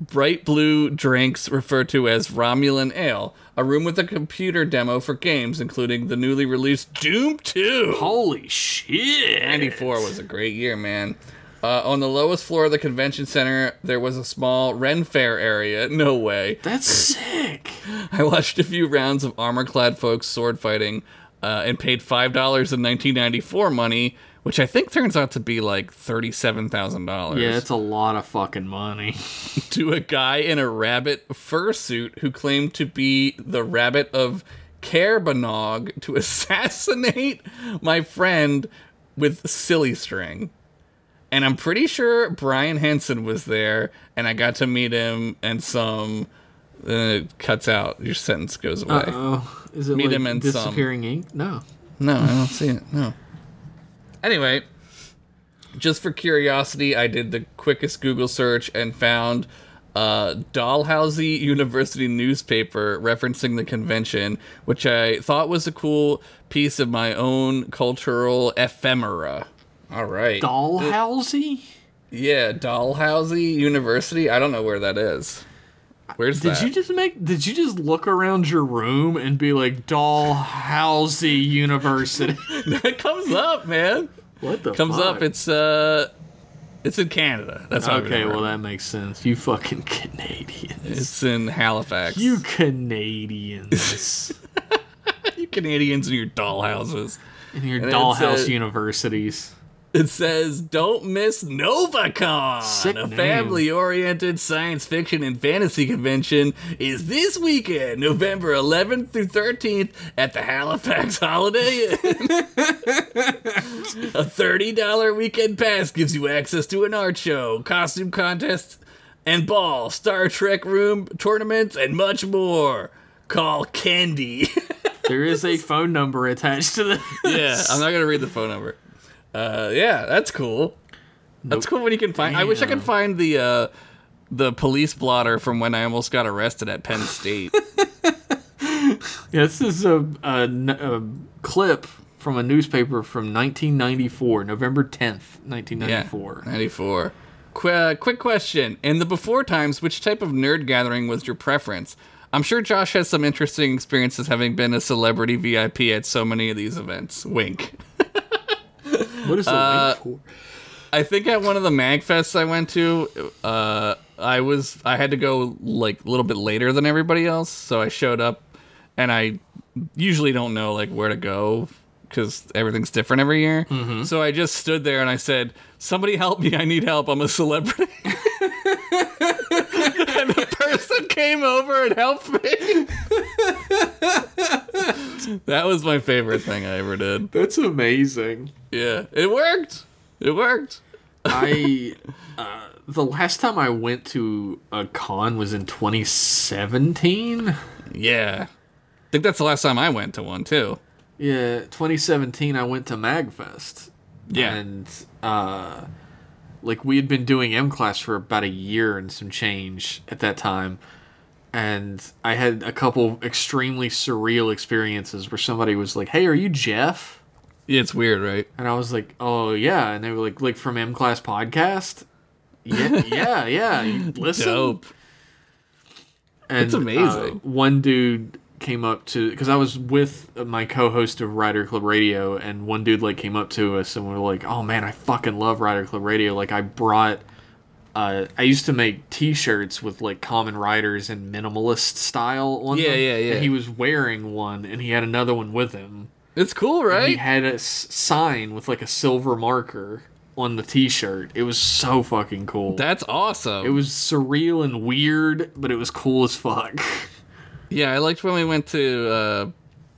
Speaker 2: Bright blue drinks referred to as Romulan Ale, a room with a computer demo for games, including the newly released Doom 2.
Speaker 1: Holy shit.
Speaker 2: 94 was a great year, man. Uh, on the lowest floor of the convention center, there was a small Ren Fair area. No way.
Speaker 1: That's sick.
Speaker 2: I watched a few rounds of armor clad folks sword fighting uh, and paid $5 in 1994 money, which I think turns out to be like $37,000
Speaker 1: Yeah, it's a lot of fucking money.
Speaker 2: to a guy in a rabbit fursuit who claimed to be the rabbit of Kerbanog to assassinate my friend with silly string. And I'm pretty sure Brian Henson was there, and I got to meet him and some. Then it cuts out. Your sentence goes away.
Speaker 1: Oh, is it
Speaker 2: Meet
Speaker 1: like
Speaker 2: him in some.
Speaker 1: disappearing ink? No.
Speaker 2: No, I don't see it. No. Anyway, just for curiosity, I did the quickest Google search and found uh, Dalhousie University newspaper referencing the convention, which I thought was a cool piece of my own cultural ephemera. All right.
Speaker 1: Dollhousey?
Speaker 2: yeah, Dalhousie University. I don't know where that is. Where's
Speaker 1: Did
Speaker 2: that?
Speaker 1: you just make? Did you just look around your room and be like Dalhousie University?
Speaker 2: it comes up, man.
Speaker 1: what the
Speaker 2: Comes up.
Speaker 1: fuck?
Speaker 2: It's uh, it's in Canada. That's how I
Speaker 1: okay.
Speaker 2: remember
Speaker 1: Well,
Speaker 2: it.
Speaker 1: that makes sense. You fucking Canadians.
Speaker 2: it's in Halifax.
Speaker 1: You Canadians
Speaker 2: you Canadians and your dollhouses.
Speaker 1: and your
Speaker 2: And it's,
Speaker 1: dollhouse
Speaker 2: uh,
Speaker 1: universities.
Speaker 2: It says, "Don't miss NovaCon,
Speaker 1: Sick
Speaker 2: a
Speaker 1: name.
Speaker 2: family-oriented science fiction and fantasy convention, is this weekend, November 11th through 13th, at the Halifax Holiday Inn. a $30 weekend pass gives you access to an art show, costume contest, and ball, Star Trek room tournaments, and much more. Call Candy."
Speaker 1: There is a phone number attached to this.
Speaker 2: yeah, I'm not gonna read the phone number. Uh, yeah, that's cool. That's cool when you can find. I wish I could
Speaker 1: Damn.
Speaker 2: find the uh, the police blotter from when I almost got arrested at Penn State.
Speaker 1: Yeah, this is a, a n- a clip from a newspaper from 1994, November 10th,
Speaker 2: yeah,
Speaker 1: 1994.
Speaker 2: ninety four. Qu- uh, quick question: In the before times, which type of nerd gathering was your preference? I'm sure Josh has some interesting experiences having been a celebrity VIP at so many of these events. Wink.
Speaker 1: What is the
Speaker 2: Uh,
Speaker 1: link for?
Speaker 2: I think at one of the Magfests I went to, uh, I was I had to go like a little bit later than everybody else, so I showed up, and I usually don't know like where to go because everything's different every year. So I just stood there and I said, "Somebody help me! I need help! I'm a celebrity." and the person came over and helped me. that was my favorite thing I ever did.
Speaker 1: That's amazing.
Speaker 2: Yeah, it worked. It worked.
Speaker 1: I uh, the last time I went to a con was in 2017.
Speaker 2: Yeah. I think that's the last time I went to one too.
Speaker 1: Yeah, 2017. I went to Magfest. and uh, like we had been doing M class for about a year and some change at that time, and I had a couple extremely surreal experiences where somebody was like, "Hey, are you Jeff?"
Speaker 2: Yeah, it's weird, right?
Speaker 1: And I was like, "Oh yeah," and they were like, "Like from M class podcast." Yeah, yeah, yeah. You listen,
Speaker 2: Dope.
Speaker 1: and,
Speaker 2: It's amazing.
Speaker 1: uh, one dude came up to because I was with my co-host of Rider Club Radio, and one dude like came up to us and we are like, "Oh man, I fucking love Rider Club Radio. Like I brought." Uh, I used to make T-shirts with like common riders and minimalist style on
Speaker 2: Yeah,
Speaker 1: them.
Speaker 2: yeah, yeah.
Speaker 1: And he was wearing one, and he had another one with him.
Speaker 2: It's cool,
Speaker 1: He
Speaker 2: right?
Speaker 1: had a s- sign with like a silver marker on the T-shirt. It was so fucking cool.
Speaker 2: That's awesome.
Speaker 1: it was surreal and weird, but it was cool as fuck.
Speaker 2: yeah, I liked when we went to uh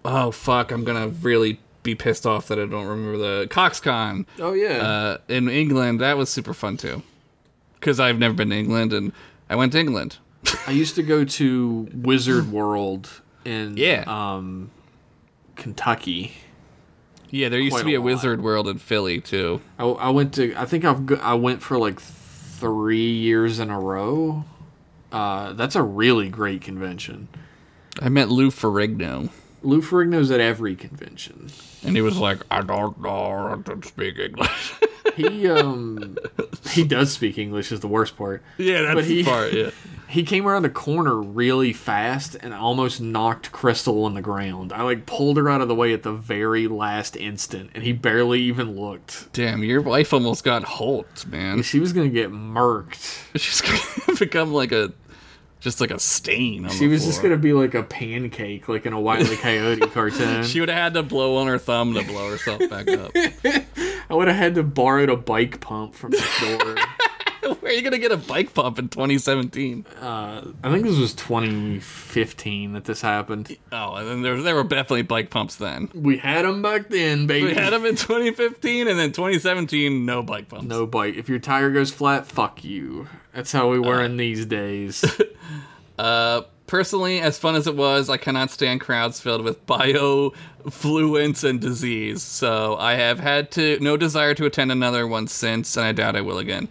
Speaker 2: oh fuck, I'm gonna really be pissed off that I don't remember the CoxCon
Speaker 1: Oh yeah.
Speaker 2: uh in England. That was super fun too. Cause I've never been to England and I went to England.
Speaker 1: I used to go to Wizard World in
Speaker 2: Yeah.
Speaker 1: um Kentucky.
Speaker 2: Yeah, there used
Speaker 1: Quite
Speaker 2: to be
Speaker 1: a
Speaker 2: a
Speaker 1: lot.
Speaker 2: Wizard World in Philly too.
Speaker 1: I, I went to I think I've go- I went for like 3 years in a row. Uh that's a really great convention.
Speaker 2: I met Lou Ferrigno.
Speaker 1: Lou Ferrigno's at every convention.
Speaker 2: And he was like, I don't know, I don't speak English.
Speaker 1: He um he does speak English is the worst part.
Speaker 2: yeah, that's
Speaker 1: But he-
Speaker 2: the part, yeah.
Speaker 1: He came around the corner really fast and almost knocked Crystal on the ground. I like pulled her out of the way at the very last instant and he barely even looked.
Speaker 2: Damn, your wife almost got hulked, man.
Speaker 1: She was gonna get murked.
Speaker 2: She's gonna become like a, just like a stain on
Speaker 1: She was just gonna be like a pancake, like in a Wile E. Coyote cartoon.
Speaker 2: She would have had to blow on her thumb to blow herself back up.
Speaker 1: I would have had to borrow a bike pump from the store.
Speaker 2: Where are you gonna get a bike pump in 2017?
Speaker 1: uh, I think this was 2015 that this happened.
Speaker 2: Oh, and then there, there were definitely bike pumps then.
Speaker 1: We had them back then, baby.
Speaker 2: We had them in 2015, and then 2017, no bike pumps.
Speaker 1: no bike. If your tire goes flat, fuck you. That's how we were in these days.
Speaker 2: Personally, as fun as it was, I cannot stand crowds filled with biofluence and disease. So I have had to no desire to attend another one since, and I doubt I will again.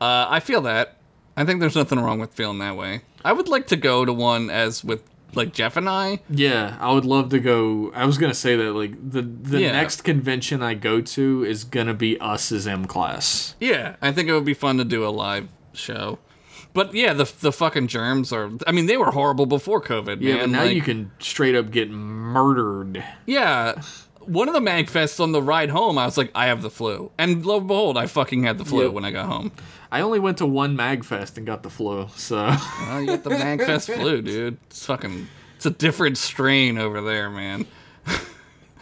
Speaker 2: Uh, I feel that. I think there's nothing wrong with feeling that way. I would like to go to one as with like Jeff and I.
Speaker 1: yeah, I would love to go. I was gonna say that like the the
Speaker 2: Yeah.
Speaker 1: next convention I go to is gonna be us as M class.
Speaker 2: Yeah, I think it would be fun to do a live show. But yeah, the the fucking germs are. I mean, they were horrible before COVID,
Speaker 1: Yeah, but
Speaker 2: man.
Speaker 1: now
Speaker 2: Like,
Speaker 1: you can straight up get murdered.
Speaker 2: Yeah. One of the Magfests on the ride home, I was like, I have the flu. And lo and behold, I fucking had the flu
Speaker 1: Yep.
Speaker 2: when I got home.
Speaker 1: I only went to one Magfest and got the flu, so
Speaker 2: Oh, you got the Magfest flu, dude. It's fucking. It's a different strain over there, man.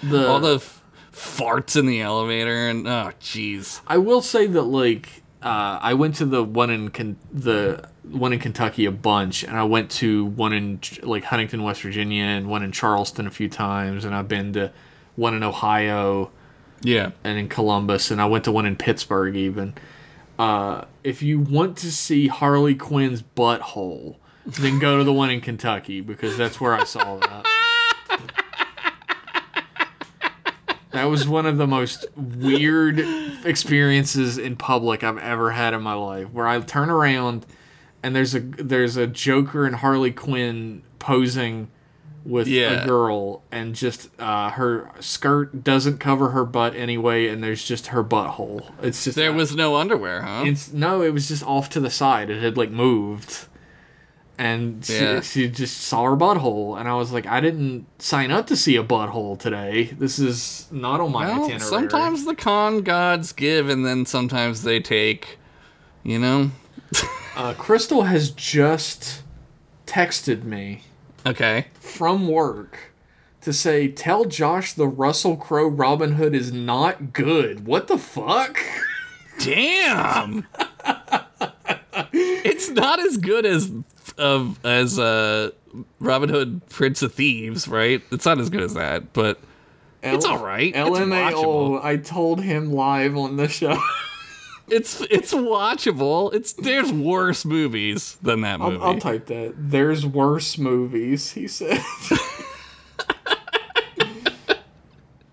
Speaker 1: the,
Speaker 2: All the f- farts in the elevator and. Oh, jeez.
Speaker 1: I will say that like uh, I went to the one in Ken- the one in Kentucky a bunch, and I went to one in like Huntington, West Virginia, and one in Charleston a few times, and I've been to one in Ohio
Speaker 2: Yeah.
Speaker 1: and in Columbus, and I went to one in Pittsburgh even. Uh, if you want to see Harley Quinn's butthole, then go to the one in Kentucky because that's where I saw that. That was one of the most weird experiences in public I've ever had in my life, where I turn around and there's a there's a Joker and Harley Quinn posing with
Speaker 2: Yeah.
Speaker 1: a girl, and just uh, her skirt doesn't cover her butt anyway, and there's just her butthole. It's just uh,
Speaker 2: There was no underwear, huh?
Speaker 1: it's no, it was just off to the side. It had like moved, and she,
Speaker 2: Yeah.
Speaker 1: she just saw her butthole, and I was like, I didn't sign up to see a butthole today. This is not on my
Speaker 2: Well,
Speaker 1: itinerary.
Speaker 2: sometimes the con gods give and then sometimes they take. You know?
Speaker 1: uh, Crystal has just texted me
Speaker 2: Okay.
Speaker 1: from work to say, "Tell Josh the Russell Crowe Robin Hood is not good." What the fuck?
Speaker 2: Damn. it's not as good as of as uh Robin Hood Prince of Thieves, right? It's not as good as that, but it's all right. It's
Speaker 1: LMAO.
Speaker 2: watchable.
Speaker 1: I told him live on the show.
Speaker 2: It's it's watchable. It's there's worse movies than that movie.
Speaker 1: I'll, I'll type that. There's worse movies, he said.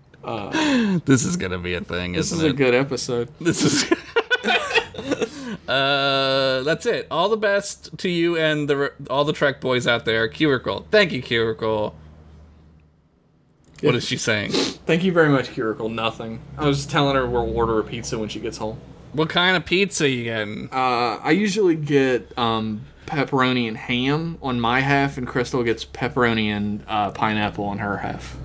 Speaker 2: this is gonna be a thing,
Speaker 1: this
Speaker 2: isn't
Speaker 1: is
Speaker 2: it?
Speaker 1: a good episode.
Speaker 2: this is. Uh, that's it. All the best to you and the re- all the Trek boys out there. Curicle, thank you, Curicle. What is she saying?
Speaker 1: Thank you very much, Curicle. Nothing. I was just telling her we'll order a pizza when she gets home.
Speaker 2: What kind of pizza you getting?
Speaker 1: Uh, I usually get um, pepperoni and ham on my half, and Crystal gets pepperoni and uh, pineapple on her half.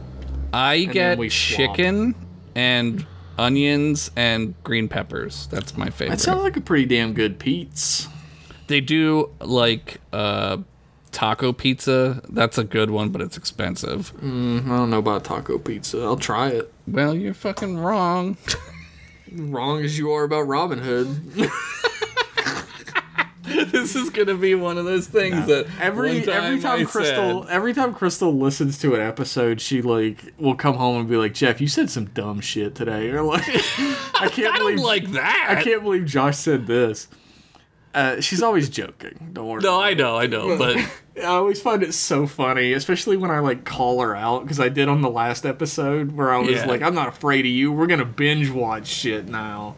Speaker 2: I
Speaker 1: then
Speaker 2: get
Speaker 1: we swap.
Speaker 2: chicken and onions and green peppers. That's my
Speaker 1: That
Speaker 2: favorite.
Speaker 1: sounds like a pretty damn good pizza.
Speaker 2: they do like uh, taco pizza. That's a good one, but it's expensive.
Speaker 1: I don't know about taco pizza. I'll try it.
Speaker 2: Well, you're fucking wrong.
Speaker 1: Wrong as you are about Robin Hood.
Speaker 2: this is gonna be one of those things that
Speaker 1: Every
Speaker 2: one time
Speaker 1: every time
Speaker 2: I
Speaker 1: Crystal
Speaker 2: said-
Speaker 1: every time Crystal listens to an episode, she like will come home and be like, "Jeff, you said some dumb shit today." Or like, "I can't
Speaker 2: I don't
Speaker 1: believe
Speaker 2: like that.
Speaker 1: I can't believe Josh said this." Uh, she's always joking. Don't worry.
Speaker 2: No,
Speaker 1: about
Speaker 2: I
Speaker 1: it.
Speaker 2: know, I know, but
Speaker 1: I always find it so funny, especially when I like call her out because I did on the last episode where I was
Speaker 2: Yeah.
Speaker 1: like, "I'm not afraid of you. We're gonna binge watch shit now."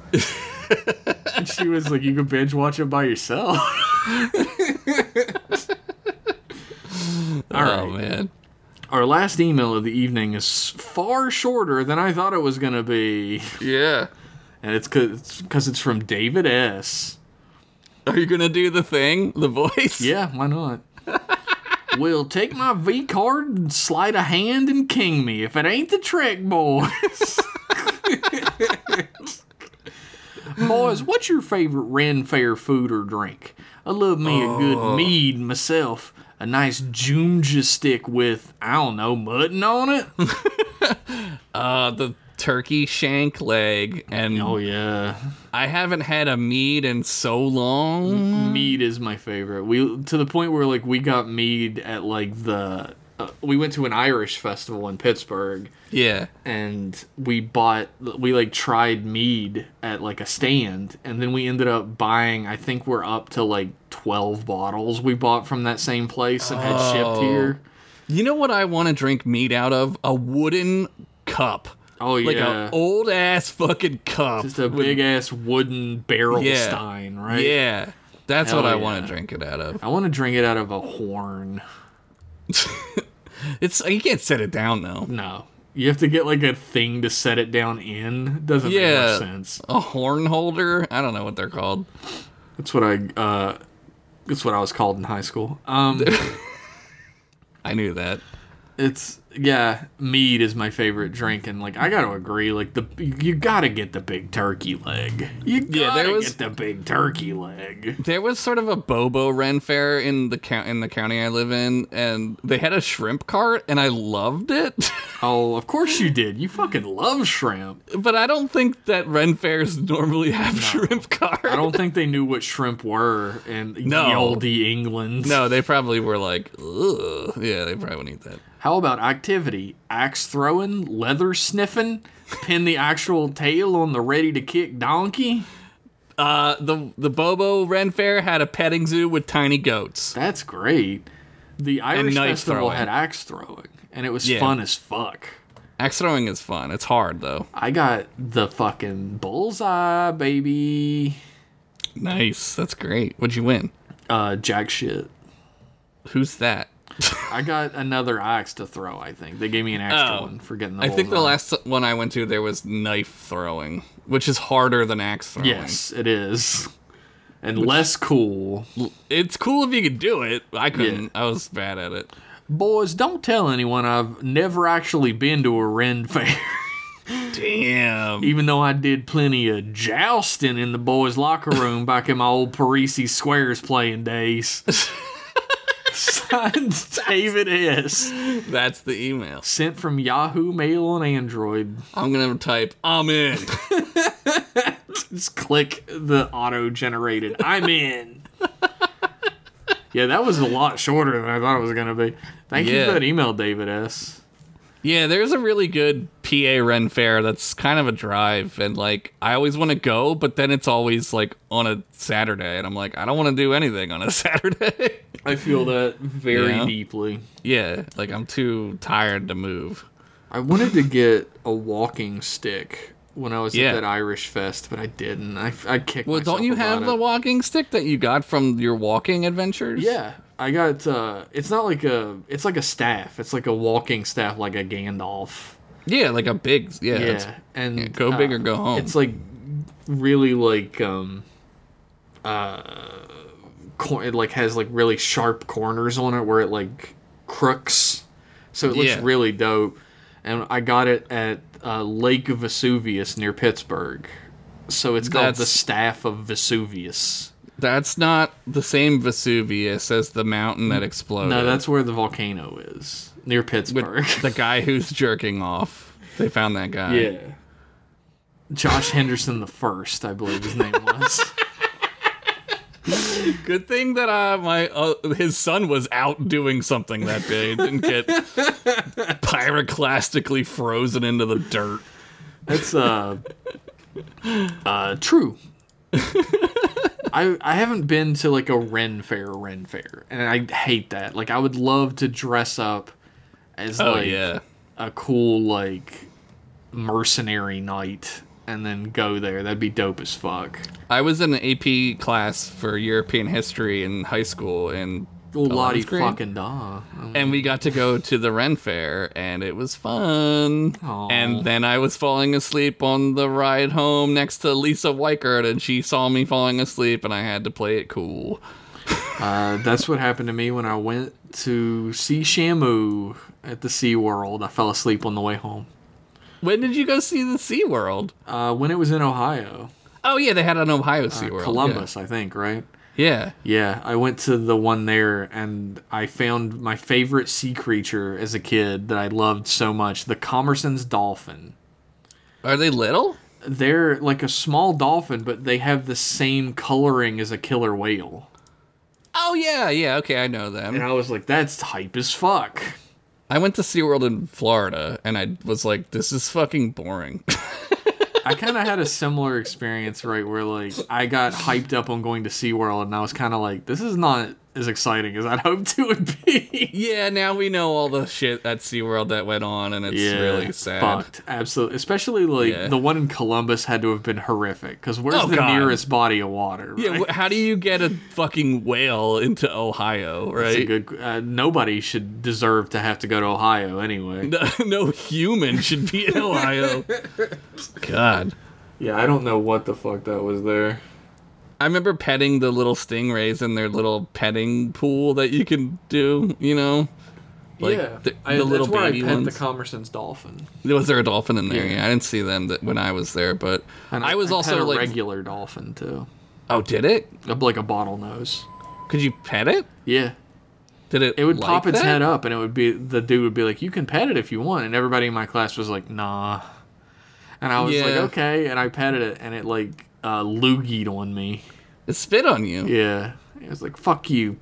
Speaker 1: and she was like, "You can binge watch it by yourself." All right.
Speaker 2: oh man,
Speaker 1: Our last email of the evening is far shorter than I thought it was going to be.
Speaker 2: yeah.
Speaker 1: And it's because it's from David S.
Speaker 2: Are you gonna do the thing, the voice?
Speaker 1: Yeah, why not? Will take my V card and slide a hand and king me if it ain't the Trek boys. boys, what's your favorite Ren Fair food or drink? I love me a good mead myself. A nice Joomja stick with, I don't know, mutton on it?
Speaker 2: Uh, the turkey shank leg, and
Speaker 1: Oh, yeah.
Speaker 2: I haven't had a mead in so long.
Speaker 1: mead is my favorite. We to the point where like we got mead at like the uh, we went to an Irish festival in Pittsburgh
Speaker 2: Yeah,
Speaker 1: and we bought we like tried mead at like a stand and then we ended up buying I think we're up to like 12 bottles we bought from that same place and had shipped
Speaker 2: Oh.
Speaker 1: here.
Speaker 2: you know what I want to drink mead out of? A wooden cup,
Speaker 1: Oh
Speaker 2: like
Speaker 1: yeah.
Speaker 2: an old ass fucking cup.
Speaker 1: just a big ass wooden barrel
Speaker 2: Yeah.
Speaker 1: stein, right?
Speaker 2: Yeah, that's what
Speaker 1: Hell
Speaker 2: I
Speaker 1: yeah.
Speaker 2: want to drink it out of.
Speaker 1: I want to drink it out of a horn.
Speaker 2: It's you can't set it down though.
Speaker 1: No. You have to get like a thing to set it down in. Doesn't make
Speaker 2: Yeah.
Speaker 1: much sense.
Speaker 2: A horn holder? I don't know what they're called.
Speaker 1: That's what I uh That's what I was called in high school. Um,
Speaker 2: I knew that.
Speaker 1: it's yeah, mead is my favorite drink, and like I gotta agree, like the you gotta get the big turkey leg. You gotta
Speaker 2: Yeah, there was-
Speaker 1: get the big turkey leg.
Speaker 2: There was sort of a Bobo Ren fair in the count in the county I live in, and they had a shrimp cart, and I loved it.
Speaker 1: Oh, of course you did. You fucking love shrimp.
Speaker 2: but I don't think that Ren fairs normally have shrimp carts.
Speaker 1: I don't think they knew what shrimp were in
Speaker 2: No.
Speaker 1: the old England.
Speaker 2: No, they probably were like, Ugh. yeah, they probably wouldn't eat that.
Speaker 1: How about activity? Axe throwing, leather sniffing, pin the actual tail on the ready to kick donkey?
Speaker 2: Uh, the the Bobo Ren fair had a petting zoo with tiny goats.
Speaker 1: That's great. The Irish
Speaker 2: knife
Speaker 1: Festival
Speaker 2: throwing.
Speaker 1: had axe throwing, and it was
Speaker 2: Yeah.
Speaker 1: fun as fuck.
Speaker 2: Axe throwing is fun. It's hard though.
Speaker 1: I got the fucking bullseye, baby.
Speaker 2: Nice, that's great. What'd you win?
Speaker 1: Uh, jack shit.
Speaker 2: Who's that?
Speaker 1: I got another axe to throw, I think. They gave me an extra
Speaker 2: Oh.
Speaker 1: one for getting the
Speaker 2: I think the
Speaker 1: bullseye.
Speaker 2: last one I went to, there was knife throwing, which is harder than axe throwing.
Speaker 1: Yes, it is. And less cool.
Speaker 2: It's cool if you could do it. I couldn't. I was bad at it.
Speaker 1: Boys, don't tell anyone I've never actually been to a Ren fair.
Speaker 2: Damn.
Speaker 1: even though I did plenty of jousting in the boys' locker room back in my old Parisi Squares playing days. Signed David S.
Speaker 2: That's the email.
Speaker 1: Sent from Yahoo Mail and Android.
Speaker 2: I'm going to type, I'm in.
Speaker 1: Just click the auto generated. I'm in. yeah, that was a lot shorter than I thought it was going to be. Thank you
Speaker 2: Yeah.
Speaker 1: for that email, David S.
Speaker 2: Yeah, there's a really good PA Ren Fair that's kind of a drive, and like I always want to go, but then it's always like on a Saturday, and I'm like, I don't want to do anything on a Saturday.
Speaker 1: I feel that very
Speaker 2: Yeah.
Speaker 1: deeply.
Speaker 2: yeah, like I'm too tired to move.
Speaker 1: I wanted to get a walking stick when I was
Speaker 2: Yeah.
Speaker 1: at that Irish fest, but I didn't. I, I kicked.
Speaker 2: Well,
Speaker 1: myself
Speaker 2: don't you have
Speaker 1: about
Speaker 2: the
Speaker 1: it.
Speaker 2: walking stick that you got from your walking adventures?
Speaker 1: Yeah, I got. Uh, it's not like a. It's like a staff. It's like a walking staff, like a Gandalf.
Speaker 2: yeah, like a big, yeah, Uh,
Speaker 1: Yeah,
Speaker 2: it's-
Speaker 1: and
Speaker 2: go big or go home.
Speaker 1: It's like really like um, uh, cor- it like has like really sharp corners on it where it like crooks, so it looks
Speaker 2: Yeah.
Speaker 1: really dope. And I got it at uh, Lake Vesuvius near Pittsburgh, so it's called the
Speaker 2: That's-
Speaker 1: Staff of Vesuvius.
Speaker 2: that's not the same Vesuvius as the mountain that exploded.
Speaker 1: No, that's where the volcano is near Pittsburgh.
Speaker 2: the guy who's jerking off. They found that guy.
Speaker 1: Yeah. Josh Henderson the first, I believe his name was.
Speaker 2: Good thing that uh, my uh, his son was out doing something that day. Didn't get pyroclastically frozen into the dirt.
Speaker 1: That's uh uh true. I I haven't been to like a Ren fair Ren fair and I hate that. Like I would love to dress up as
Speaker 2: Oh
Speaker 1: like
Speaker 2: yeah,
Speaker 1: a cool like mercenary knight and then go there. That'd be dope as fuck.
Speaker 2: I was in an AP class for European history in high school, and
Speaker 1: Well, Lottie
Speaker 2: great.
Speaker 1: fucking da. Um,
Speaker 2: and we got to go to the Ren Fair, and it was fun.
Speaker 1: Aw.
Speaker 2: And then I was falling asleep on the ride home next to Lisa Weichert, and she saw me falling asleep, and I had to play it cool.
Speaker 1: Uh, that's what happened to me when I went to see Shamu at the Sea World. I fell asleep on the way home.
Speaker 2: When did you go see the Sea World?
Speaker 1: Uh, when it was in Ohio,
Speaker 2: Oh yeah, they had an Ohio Sea World.
Speaker 1: Columbus, I think, right?
Speaker 2: Yeah.
Speaker 1: Yeah, I went to the one there and I found my favorite sea creature as a kid that I loved so much, the Commerson's dolphin.
Speaker 2: Are they little?
Speaker 1: They're like a small dolphin, but they have the same coloring as a killer whale.
Speaker 2: Oh yeah, yeah, okay, I know them.
Speaker 1: And I was like, that's hype as fuck.
Speaker 2: I went to SeaWorld in Florida and I was like, this is fucking boring.
Speaker 1: I kind of had a similar experience, right? Where like I got hyped up on going to SeaWorld and I was kind of like, this is not as exciting as I'd hoped it would be.
Speaker 2: yeah, now we know all the shit at SeaWorld that went on and it's really sad.
Speaker 1: Fucked. Absolutely. Especially like
Speaker 2: Yeah.
Speaker 1: the one in Columbus had to have been horrific because where's
Speaker 2: Oh,
Speaker 1: the
Speaker 2: God.
Speaker 1: nearest body of water?
Speaker 2: Yeah,
Speaker 1: right?
Speaker 2: wh- how do you get a fucking whale into Ohio,
Speaker 1: It's a
Speaker 2: right?
Speaker 1: good. Uh, nobody should deserve to have to go to Ohio anyway.
Speaker 2: No, no human should be in Ohio. God.
Speaker 1: Yeah, I don't know what the fuck that was there.
Speaker 2: I remember petting the little stingrays in their little petting pool that you can do. You know, like
Speaker 1: yeah,
Speaker 2: the,
Speaker 1: I,
Speaker 2: the little
Speaker 1: that's where
Speaker 2: baby
Speaker 1: I pet
Speaker 2: ones.
Speaker 1: the Commerson's dolphin.
Speaker 2: was there a dolphin in there? Yeah, I didn't see them that when I was there, but
Speaker 1: And
Speaker 2: I, was
Speaker 1: pet a
Speaker 2: also like,
Speaker 1: regular dolphin too,
Speaker 2: oh, did it?
Speaker 1: like a bottlenose.
Speaker 2: Could you pet it?
Speaker 1: Yeah,
Speaker 2: Did it?
Speaker 1: it would
Speaker 2: like
Speaker 1: pop its
Speaker 2: that?
Speaker 1: head up, and it would be the dude would be like, "You can pet it if you want," and everybody in my class was like, "Nah," and I was like,
Speaker 2: Yeah.
Speaker 1: "Okay," and I petted it, and it like uh, loogied on me.
Speaker 2: It spit on you.
Speaker 1: Yeah, it was like, "Fuck you."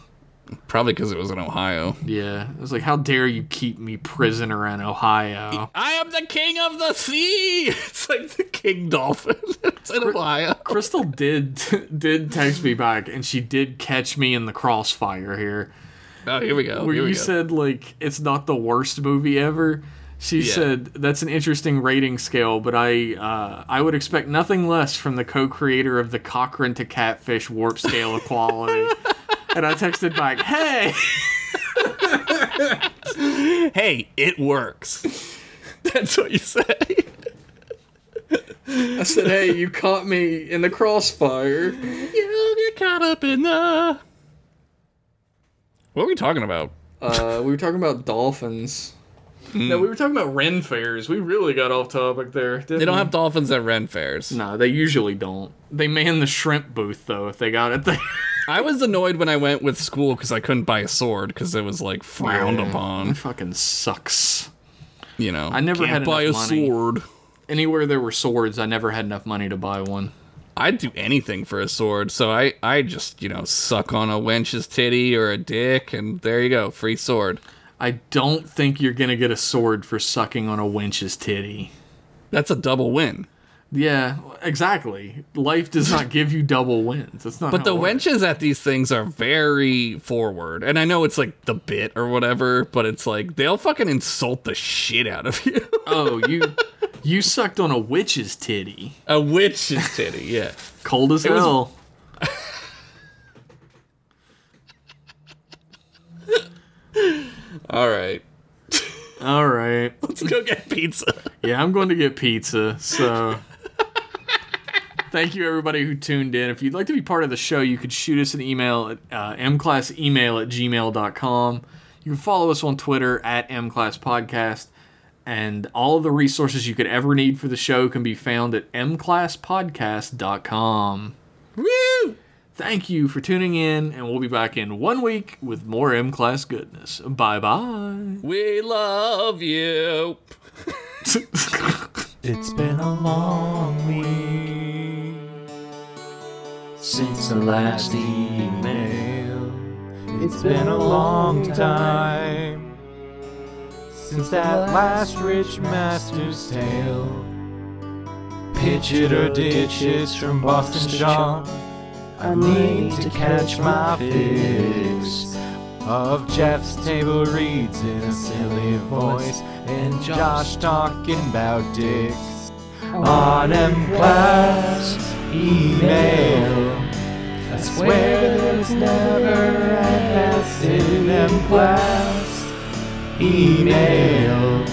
Speaker 2: Probably because it was in Ohio.
Speaker 1: Yeah, it was like, "How dare you keep me prisoner in Ohio?"
Speaker 2: I am the king of the sea. It's like the king dolphin. It's in Ohio.
Speaker 1: Crystal did did text me back, and she did catch me in the crossfire here.
Speaker 2: Oh, here we go.
Speaker 1: where
Speaker 2: Here we
Speaker 1: you
Speaker 2: go.
Speaker 1: said like it's not the worst movie ever. She
Speaker 2: Yeah.
Speaker 1: said that's an interesting rating scale, but I uh, I would expect nothing less from the co-creator of the Cochrane to Catfish warp scale of quality. and I texted back, "Hey,
Speaker 2: hey, it works. That's what you say.
Speaker 1: I said, hey, you caught me in the crossfire."
Speaker 2: You get caught up in the. What were we talking about?
Speaker 1: Uh, we were talking about dolphins. No, we were talking about Ren fairs. We really got off topic there. Didn't
Speaker 2: They don't
Speaker 1: we?
Speaker 2: have dolphins at Ren fairs.
Speaker 1: No, they usually don't. They man the shrimp booth though if they got it there.
Speaker 2: I was annoyed when I went with school because I couldn't buy a sword because it was like frowned
Speaker 1: That
Speaker 2: upon.
Speaker 1: fucking sucks.
Speaker 2: You know, I
Speaker 1: never
Speaker 2: Can't
Speaker 1: had
Speaker 2: buy a
Speaker 1: enough money.
Speaker 2: sword.
Speaker 1: anywhere there were swords, I never had enough money to buy one.
Speaker 2: I'd do anything for a sword, so I, I just, you know, suck on a wench's titty or a dick, and there you go, free sword.
Speaker 1: I don't think you're gonna get a sword for sucking on a wench's titty.
Speaker 2: That's a double win.
Speaker 1: Yeah, exactly. Life does not give you double wins. That's not.
Speaker 2: But the wenches at these things are very forward, and I know it's like the bit or whatever, but it's like they'll fucking insult the shit out of you.
Speaker 1: Oh, you, you sucked on a witch's titty.
Speaker 2: a witch's titty, yeah.
Speaker 1: Cold as
Speaker 2: was-
Speaker 1: hell.
Speaker 2: All right,
Speaker 1: All right.
Speaker 2: let's go get pizza.
Speaker 1: Yeah, I'm going to get pizza. So. Thank you, everybody who tuned in. If you'd like to be part of the show, you could shoot us an email at uh, mclassemail at gmail.com. You can follow us on Twitter at mclasspodcast. And all of the resources you could ever need for the show can be found at mclasspodcast.com.
Speaker 2: Woo!
Speaker 1: Thank you for tuning in, and we'll be back in one week with more M Class goodness. Bye bye.
Speaker 2: We love you.
Speaker 3: It's been a long week since the last email. It's been a long time since that last Rich Master's tale. Pitch it or ditch it from Boston Sean. I need to catch my fix of Jeff's table reads in a silly voice and Josh talking about dicks on M class email. I swear there's never an S in M class email.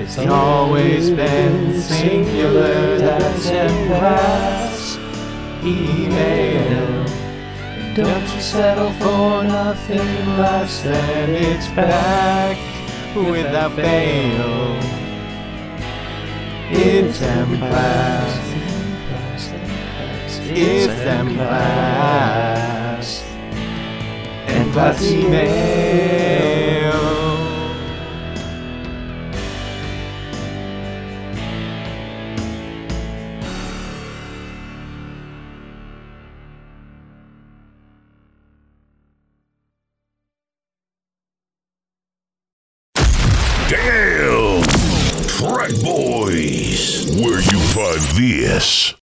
Speaker 3: It's always been singular. That's M class email. Don't you settle for nothing less than it's back without fail. It's M class. It's M class. M class email.
Speaker 4: Damn! Frat Boys! Where you find this?